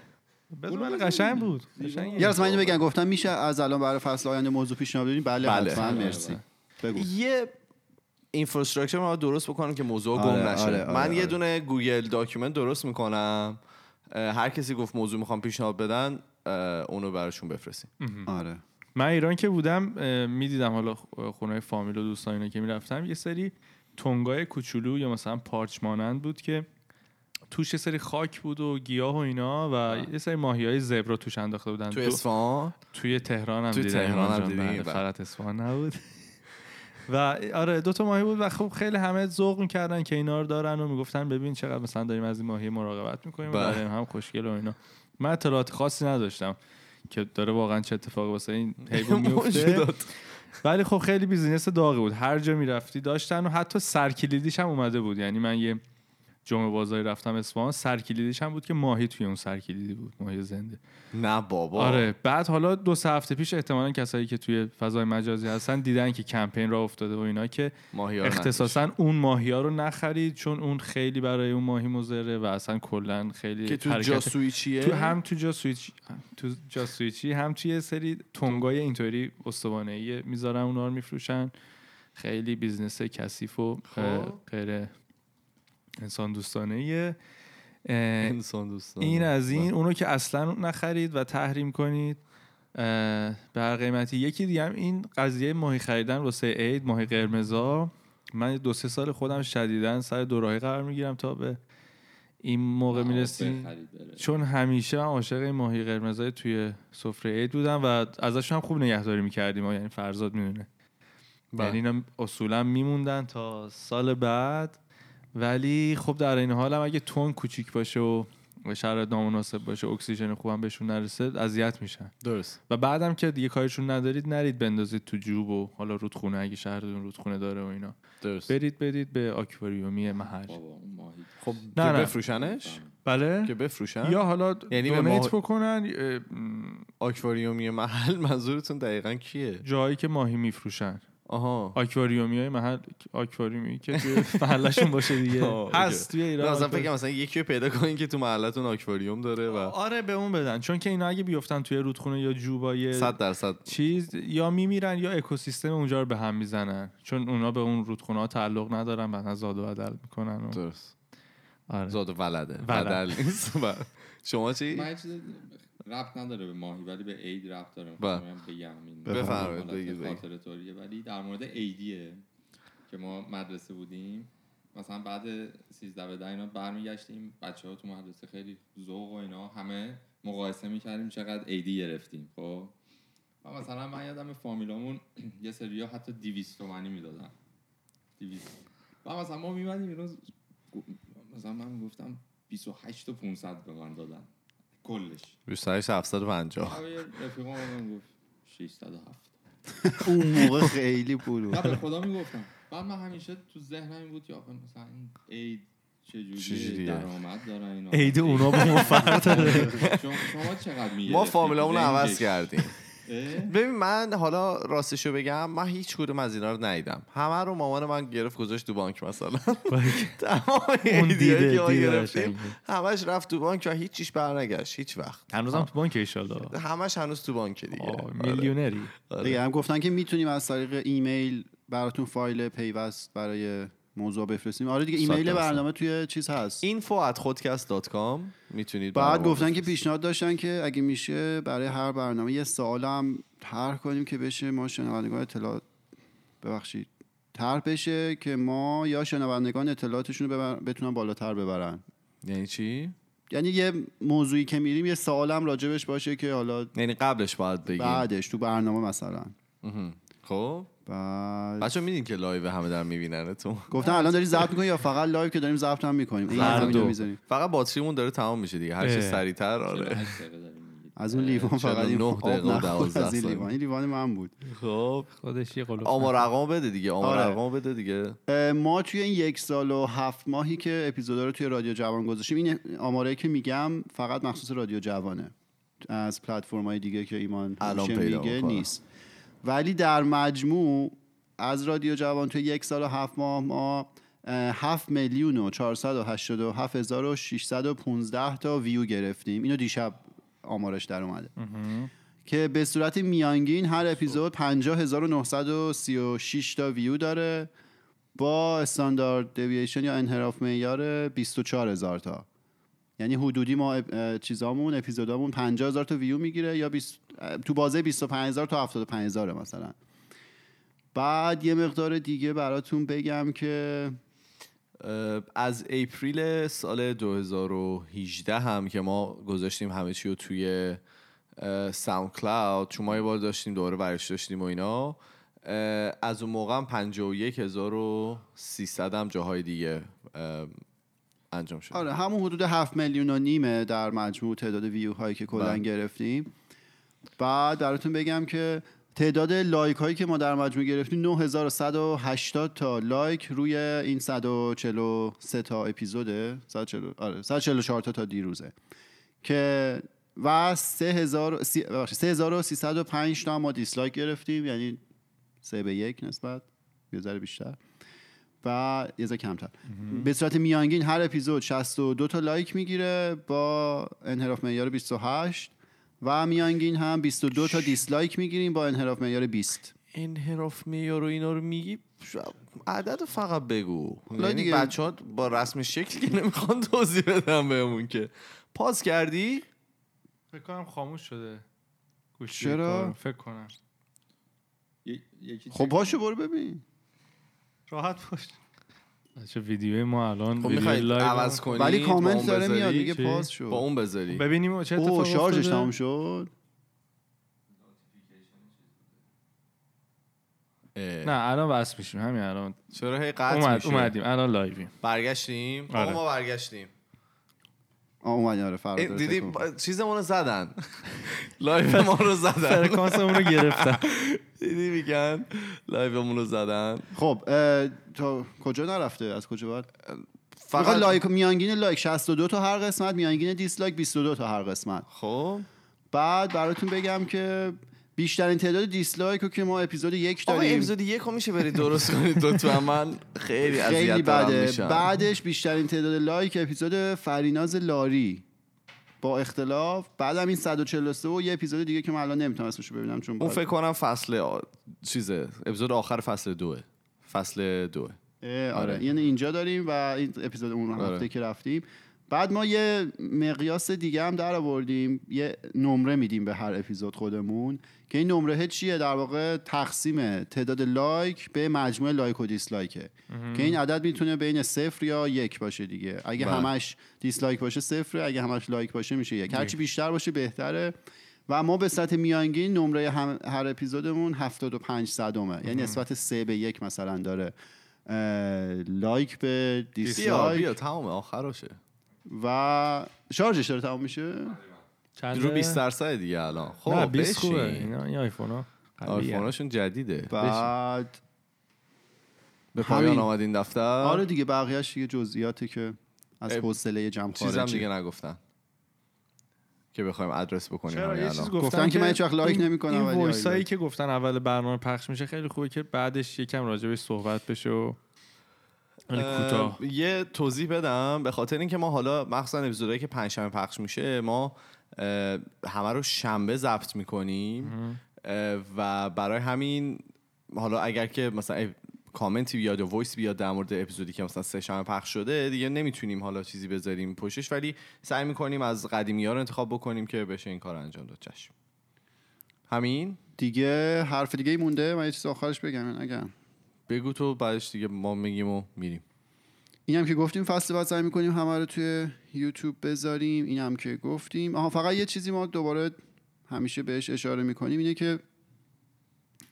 بذار ولی قشنگ بود قشنگ یه از من اینو بگم گفتم میشه از الان برای فصل آینده موضوع پیشنهاد بدین بله بله. حتما بله، مرسی بگو یه اینفراستراکچر ما درست بکنم که موضوع آره، گم نشه آره، آره، من یه آره. دونه گوگل داکیومنت درست میکنم اه، هر کسی گفت موضوع میخوام پیشنهاد بدن اه، اونو براشون بفرستیم آره (laughs) من ایران که بودم اه، میدیدم حالا خونه فامیل و دوستان اینا که میرفتم یه سری تنگای کوچولو یا مثلا پارچ مانند بود که توش یه سری خاک بود و گیاه و اینا و یه سری ماهی های زبرا توش انداخته بودن تو دو- اصفهان توی تهران هم توی دیدم تهران ایمان هم جان. دیدی؟ بله، بله. فقط اصفهان نبود (laughs) و آره دو تا ماهی بود و خب خیلی همه ذوق میکردن که اینا رو دارن و میگفتن ببین چقدر مثلا داریم از این ماهی مراقبت میکنیم و بله. داریم هم خوشگل و اینا من اطلاعات خاصی نداشتم که داره واقعا چه اتفاقی واسه این (laughs) حیوان میفته موجودات. ولی خب خیلی بیزینس داغی بود هر جا میرفتی داشتن و حتی سرکلیدیش هم اومده بود یعنی من یه جمعه بازاری رفتم اصفهان سرکلیدیش هم بود که ماهی توی اون سرکلیدی بود ماهی زنده نه بابا آره بعد حالا دو سه هفته پیش احتمالا کسایی که توی فضای مجازی هستن دیدن که کمپین را افتاده و اینا که ماهیار نه. اختصاصا اون ماهی ها رو نخرید چون اون خیلی برای اون ماهی مزره و اصلا کلا خیلی که تو حرکت- جاسویی چیه تو هم تو جاسویچی تو جاسویچی هم توی یه سری تنگای اینطوری استوانه ای میذارن اونا رو میفروشن خیلی بیزنس کثیف و اه، خب. غیر انسان دوستانه ای انسان دوستان این از این اونو که اصلا نخرید و تحریم کنید اه، به هر قیمتی یکی دیگه هم این قضیه ماهی خریدن واسه عید ماهی قرمزا من دو سه سال خودم شدیدن سر دوراهی قرار میگیرم تا به این خب، موقع میرسیم بله. چون همیشه من عاشق این ماهی قرمزای توی سفره عید بودم و ازشون هم خوب نگهداری میکردیم یعنی فرزاد میدونه بله. یعنی اینا اصولا میموندن تا سال بعد ولی خب در این حال هم اگه تون کوچیک باشه و شرایط نامناسب باشه اکسیژن خوبم بهشون نرسه اذیت میشن درست و بعدم که دیگه کارشون ندارید نرید بندازید تو جوب و حالا رودخونه اگه شهرتون رودخونه داره و اینا درست برید بدید به آکواریومی محل بابا اون ماهی خب نه، که نه. بفروشنش بله که بفروشن یا حالا یعنی به دونیت ماه- بکنن اه، م، آکواریومی محل (laughs) منظورتون دقیقا کیه جایی که ماهی میفروشن آها آکواریومی های محل آکواریومی (laughs) که توی محلشون باشه دیگه آه، اوکی. هست توی نه ایران مثلا آکوار- فکر کنم مثلا یکی رو پیدا کنین که تو محلتون آکواریوم داره و آره به اون بدن چون که اینا اگه بیفتن توی رودخونه یا جوبای 100 درصد چیز یا میمیرن یا اکوسیستم اونجا رو به هم میزنن چون اونا به اون رودخونه ها تعلق ندارن بعد زاد و بدل میکنن و... درست آره. زاد و ولده ولد. بدل نیست (laughs) و شما چی من یه چیز ربط نداره به ماهی ولی به عید ربط داره بله. می‌خواستم بگم بگم این بفرمایید، حالت بگید، بگید. خاطره طوریه ولی در مورد عیدیه که ما مدرسه بودیم مثلا بعد 13 به 10 اینا برمیگشتیم بچه ها تو مدرسه خیلی ذوق و اینا همه مقایسه میکردیم چقدر عیدی گرفتیم خب و مثلا من یادم فامیلامون (clears throat) یه سری ها حتی 200 تومانی میدادن 200 و مثلا ما میمدیم اینا مثلا من میگفتم 28 و 500 به من دادن کلش 28 750 آره، یه رفیقام من گفت 607 اون موقع خیلی پول بود من بله. به خدا میگفتم بعد من همیشه تو ذهنم این بود که آخه مثلا این عید چجوری چجوریه؟ درآمد دارن اینا عید اونا به ما (laughs) فرق داره شما- شما چقدر میگه ما فامیلامون رو عوض کردیم ببین من حالا راستشو بگم من هیچ کدوم از اینا رو ندیدم همه رو مامان من گرفت گذاشت تو بانک مثلا (laughs) تمام اون ایدیایی دیده که ما دیده گرفتیم همش رفت تو بانک و هیچ چیز برنگشت هیچ وقت هنوزم تو بانک ایشالا همش هنوز تو بانک دیگه آره. میلیونری (laughs) آره. دیگه هم گفتن که میتونیم از طریق ایمیل براتون فایل پیوست برای موضوع بفرستیم آره دیگه ایمیل صد درصد. برنامه توی چیز هست info at خودکست.com میتونید بعد برنامه گفتن که بفرستید. پیشنهاد داشتن که اگه میشه برای هر برنامه یه سوال هم طرح کنیم که بشه ما شنوندگان اطلاع ببخشید طرح بشه که ما یا شنوندگان اطلاعاتشون رو ببر... بتونن بالاتر ببرن یعنی چی یعنی یه موضوعی که میریم یه سوالم راجبش باشه که حالا یعنی قبلش باید بگیم بعدش تو برنامه مثلا مهم. خب بعد بچه میدین که لایو همه در میبیننتون گفتن (laughs) الان داری ضبط میکنی یا فقط لایو که داریم ضبط هم میکنیم این هر هم اینجا دو. می‌ذاریم. فقط باتریمون داره تمام میشه دیگه هر چی اه. سریعتر آره (laughs) از اون لیوان چقدر؟ فقط این نه آب دقیقه و نخور دوازده از این ثانیه. لیوان این لیوان من بود خب خودش یه قلوب آمار رقم بده دیگه آمار آره. رقم بده دیگه اه، ما توی این یک سال و هفت ماهی که اپیزودا رو توی رادیو جوان گذاشتیم این آماره که میگم فقط مخصوص رادیو جوانه از پلتفرم های دیگه که ایمان الان همیشه پیدا میگه می‌کنم. نیست ولی در مجموع از رادیو جوان توی یک سال و هفت ماه ما اه، هفت میلیون و 487 هزار و 615 تا ویو گرفتیم اینو دیشب آمارش در اومده که به صورت میانگین هر اپیزود 50936 تا ویو داره با استاندارد دیویشن یا انحراف معیار 24000 تا یعنی حدودی ما اپ- اه، چیزامون اپیزودامون 50000 تا ویو میگیره یا 20 اه، تو بازه 25000 تا 75000 مثلا بعد یه مقدار دیگه براتون بگم که اه، از اپریل سال 2018 هم که ما گذاشتیم همه چی رو توی ساوند کلاود چون ما یه بار داشتیم دوره ورش داشتیم و اینا اه، از اون موقع هم 51300 هم جاهای دیگه اه، انجام شد آره همون حدود 7 میلیون و نیمه در مجموع تعداد ویو هایی که کلا بله. گرفتیم بعد براتون بگم که تعداد لایک هایی که ما در مجموع گرفتیم 9180 تا لایک روی این 143 تا اپیزوده 140 آره 144 تا تا دیروزه که و 3000 سی- ببخشید، 3305 تا هم ما دیسلایک گرفتیم یعنی 3 به 1 نسبت یه ذره بیشتر و یه ذره کمتر به صورت میانگین هر اپیزود 62 تا لایک میگیره با انحراف معیار 28 و میانگین هم 22 تا دیسلایک میگیریم با انحراف معیار 20 انحراف میار و اینا رو میگی عدد فقط بگو حالا یعنی دیگه- بچه ها با رسم شکل که نمیخوان توضیح بدم بهمون که پاس کردی فکر کنم خاموش شده گوشی چرا؟ کارو، فکر کنم ی- یکی خب پاشو برو ببین راحت باش چه ویدیو ما الان خب ویدیو میخوای لایو عوض ما. کنی ولی با اون کامنت داره بذاری؟ میاد دیگه چی؟ پاس با شد اون بذاری ببینیم چه اتفاقی او شارژش افتاده؟ تمام شد اه. نه الان بس میشیم همین الان چرا هی قطع اومد میشه؟ اومدیم الان لایویم برگشتیم آقا آره. ما برگشتیم آه اومد آره فردا اه، داره دیدی فکر کنم. با- چیزمون رو (laughs) زدن لایو ما رو زدن فرکانسمون رو گرفتن دیدی میگن لایومون رو زدن خب اه، تا کجا نرفته از کجا بعد فقط فقط لایک میانگین لایک 62 تا هر قسمت میانگین دیسلایک 22 تا هر قسمت خب بعد براتون بگم که بیشترین تعداد دیسلایک رو که ما اپیزود یک آقا داریم اپیزود یک رو میشه برید درست کنید (laughs) لطفا من خیلی خیلی اذیت دارم بده میشم بعدش بیشترین تعداد لایک اپیزود فریناز لاری با اختلاف بعدم این 143 و یه اپیزود دیگه که من الان نمیتونم اسمشو ببینم چون اون باید- فکر کنم فصل آ... چیزه اپیزود آخر فصل دوه فصل دوه اه، آره آره. یعنی اینجا داریم و این اپیزود اون هفته آره. که رفتیم بعد ما یه مقیاس دیگه هم در آوردیم یه نمره میدیم به هر اپیزود خودمون که این نمره چیه در واقع تقسیم تعداد لایک به مجموع لایک و دیسلایکه که این عدد میتونه بین صفر یا یک باشه دیگه اگه بله. همش دیسلایک باشه صفر اگه همش لایک باشه میشه یک هرچی بیشتر باشه بهتره و ما به سطح میانگین نمره هم- هر اپیزودمون 75 صدمه یعنی نسبت 3 به یک مثلا داره اه، لایک به بیا دیسلایک بیا تمام آخرشه و شارژش داره تمام میشه چند رو 20 درصد دیگه الان نه خب 20 خوبه بشین اینا این آیفون ها بله. آیفوناشون جدیده بعد به پایان همین. آمد این دفتر آره دیگه بقیهش دیگه جزئیاته که از اه، حوصله جمع چیزم خارجه دیگه نگفتن که بخوایم ادرس بکنیم چرا همین یه چیز الان. گفتن, گفتن که من هیچ وقت لایک این- نمی‌کنم ولی این وایس آیلایک. که گفتن اول برنامه پخش میشه خیلی خوبه که بعدش یکم راجبش صحبت بشه و ولی کوتاه اه، یه توضیح بدم به خاطر اینکه ما حالا مخصوصا اپیزودهایی که پنجشنبه پخش میشه ما اه، همه رو شنبه ضبط میکنیم و برای همین حالا اگر که مثلا اپ- کامنتی بیاد و وایس بیاد در مورد اپیزودی که مثلا سه شنبه پخش شده دیگه نمیتونیم حالا چیزی بذاریم پشتش ولی سعی میکنیم از قدیمی ها رو انتخاب بکنیم که بشه این کار انجام داد چشم همین دیگه حرف دیگه مونده من یه چیز آخرش بگم یا نگم بگو تو بعدش دیگه ما میگیم و میریم این هم که گفتیم فصل بعد سعی میکنیم همه رو توی یوتیوب بذاریم این هم که گفتیم آها فقط یه چیزی ما دوباره همیشه بهش اشاره میکنیم اینه که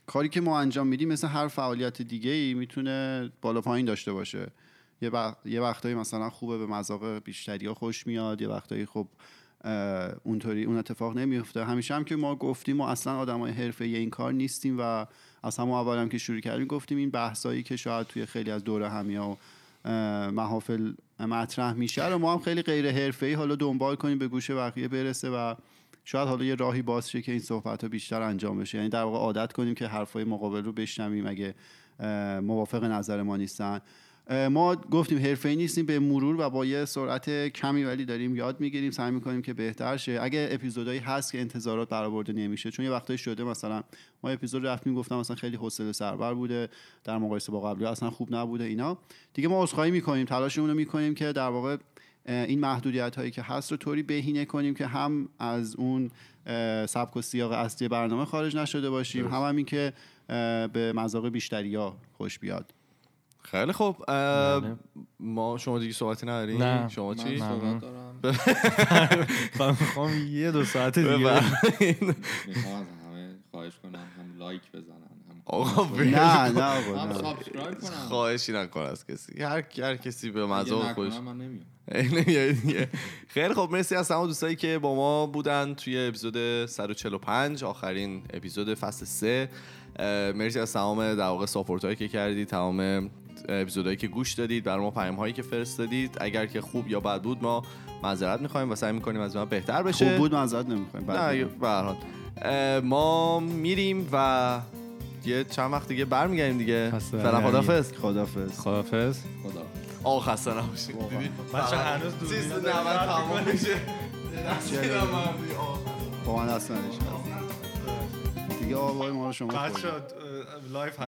کاری که ما انجام میدیم مثل هر فعالیت دیگه ای میتونه بالا پایین داشته باشه یه, وقت، یه وقتایی مثلا خوبه به مذاق بیشتری ها خوش میاد یه وقتایی خب اه، اونطوری اون اتفاق نمیفته همیشه هم که ما گفتیم ما اصلا آدمای حرفه این کار نیستیم و از همون اول هم که شروع کردیم گفتیم این بحثایی که شاید توی خیلی از دوره همیا و اه، محافل مطرح میشه رو ما هم خیلی غیر حرفه ای حالا دنبال کنیم به گوش بقیه برسه و شاید حالا یه راهی باز شه که این صحبت ها بیشتر انجام بشه یعنی در واقع عادت کنیم که حرفای مقابل رو بشنویم اگه اه، موافق نظر ما نیستن اه، ما گفتیم حرفه نیستیم به مرور و با یه سرعت کمی ولی داریم یاد میگیریم سعی میکنیم که بهتر شه اگه اپیزودهایی هست که انتظارات برآورده نمیشه چون یه وقتایی شده مثلا ما اپیزود رفتیم گفتم مثلا خیلی حوصله سربر بوده در مقایسه با قبلی اصلا خوب نبوده اینا دیگه ما عذرخواهی میکنیم تلاشمون رو میکنیم که در واقع این محدودیت هایی که هست رو طوری بهینه کنیم که هم از اون اه، سبک و سیاق اصلی برنامه خارج نشده باشیم هم همین که اه، به مذاق بیشتری ها خوش بیاد خیلی خوب اه، ما شما دیگه صحبتی ندارین نه. شما من چی ممنون. صحبت دارم من میخوام یه دو ساعت دیگه بفرمایید. میخوام از همه خواهش کنم هم لایک بزنن هم آقا کامنت ول. (laughs) بزنن. نه نه خب، آقا، هم نه. خب سابسکرایب کنن خواهشی نکن از کسی هر هر کسی به اگه مذاق نکنن خودش (laughs) من نمیام نمیای دیگه. خیلی خب مرسی از تمام دوستایی که با ما بودن توی اپیزود 145 آخرین اپیزود فصل 3 مرسی از تمام در واقع ساپورت هایی که کردید تمام اپیزودهایی که گوش دادید برای ما پیام هایی که فرستادید اگر که خوب یا بد بود ما معذرت میخوایم و سعی میکنیم از من بهتر بشه خوب بود معذرت نمیخوایم نه به هر حال اه، ما میریم و یه چند وقت دیگه برمیگردیم دیگه پس فعلا یعنی- خدافظ خدافظ خدافظ خدا آه خسته نباشید دیدی؟ بچه هنوز دور سیزن میاد. نود تمام میشه چرا؟ با من دست نداشت دیگه آقای ما رو شما خوردی. بچه‌ها، اه، لایف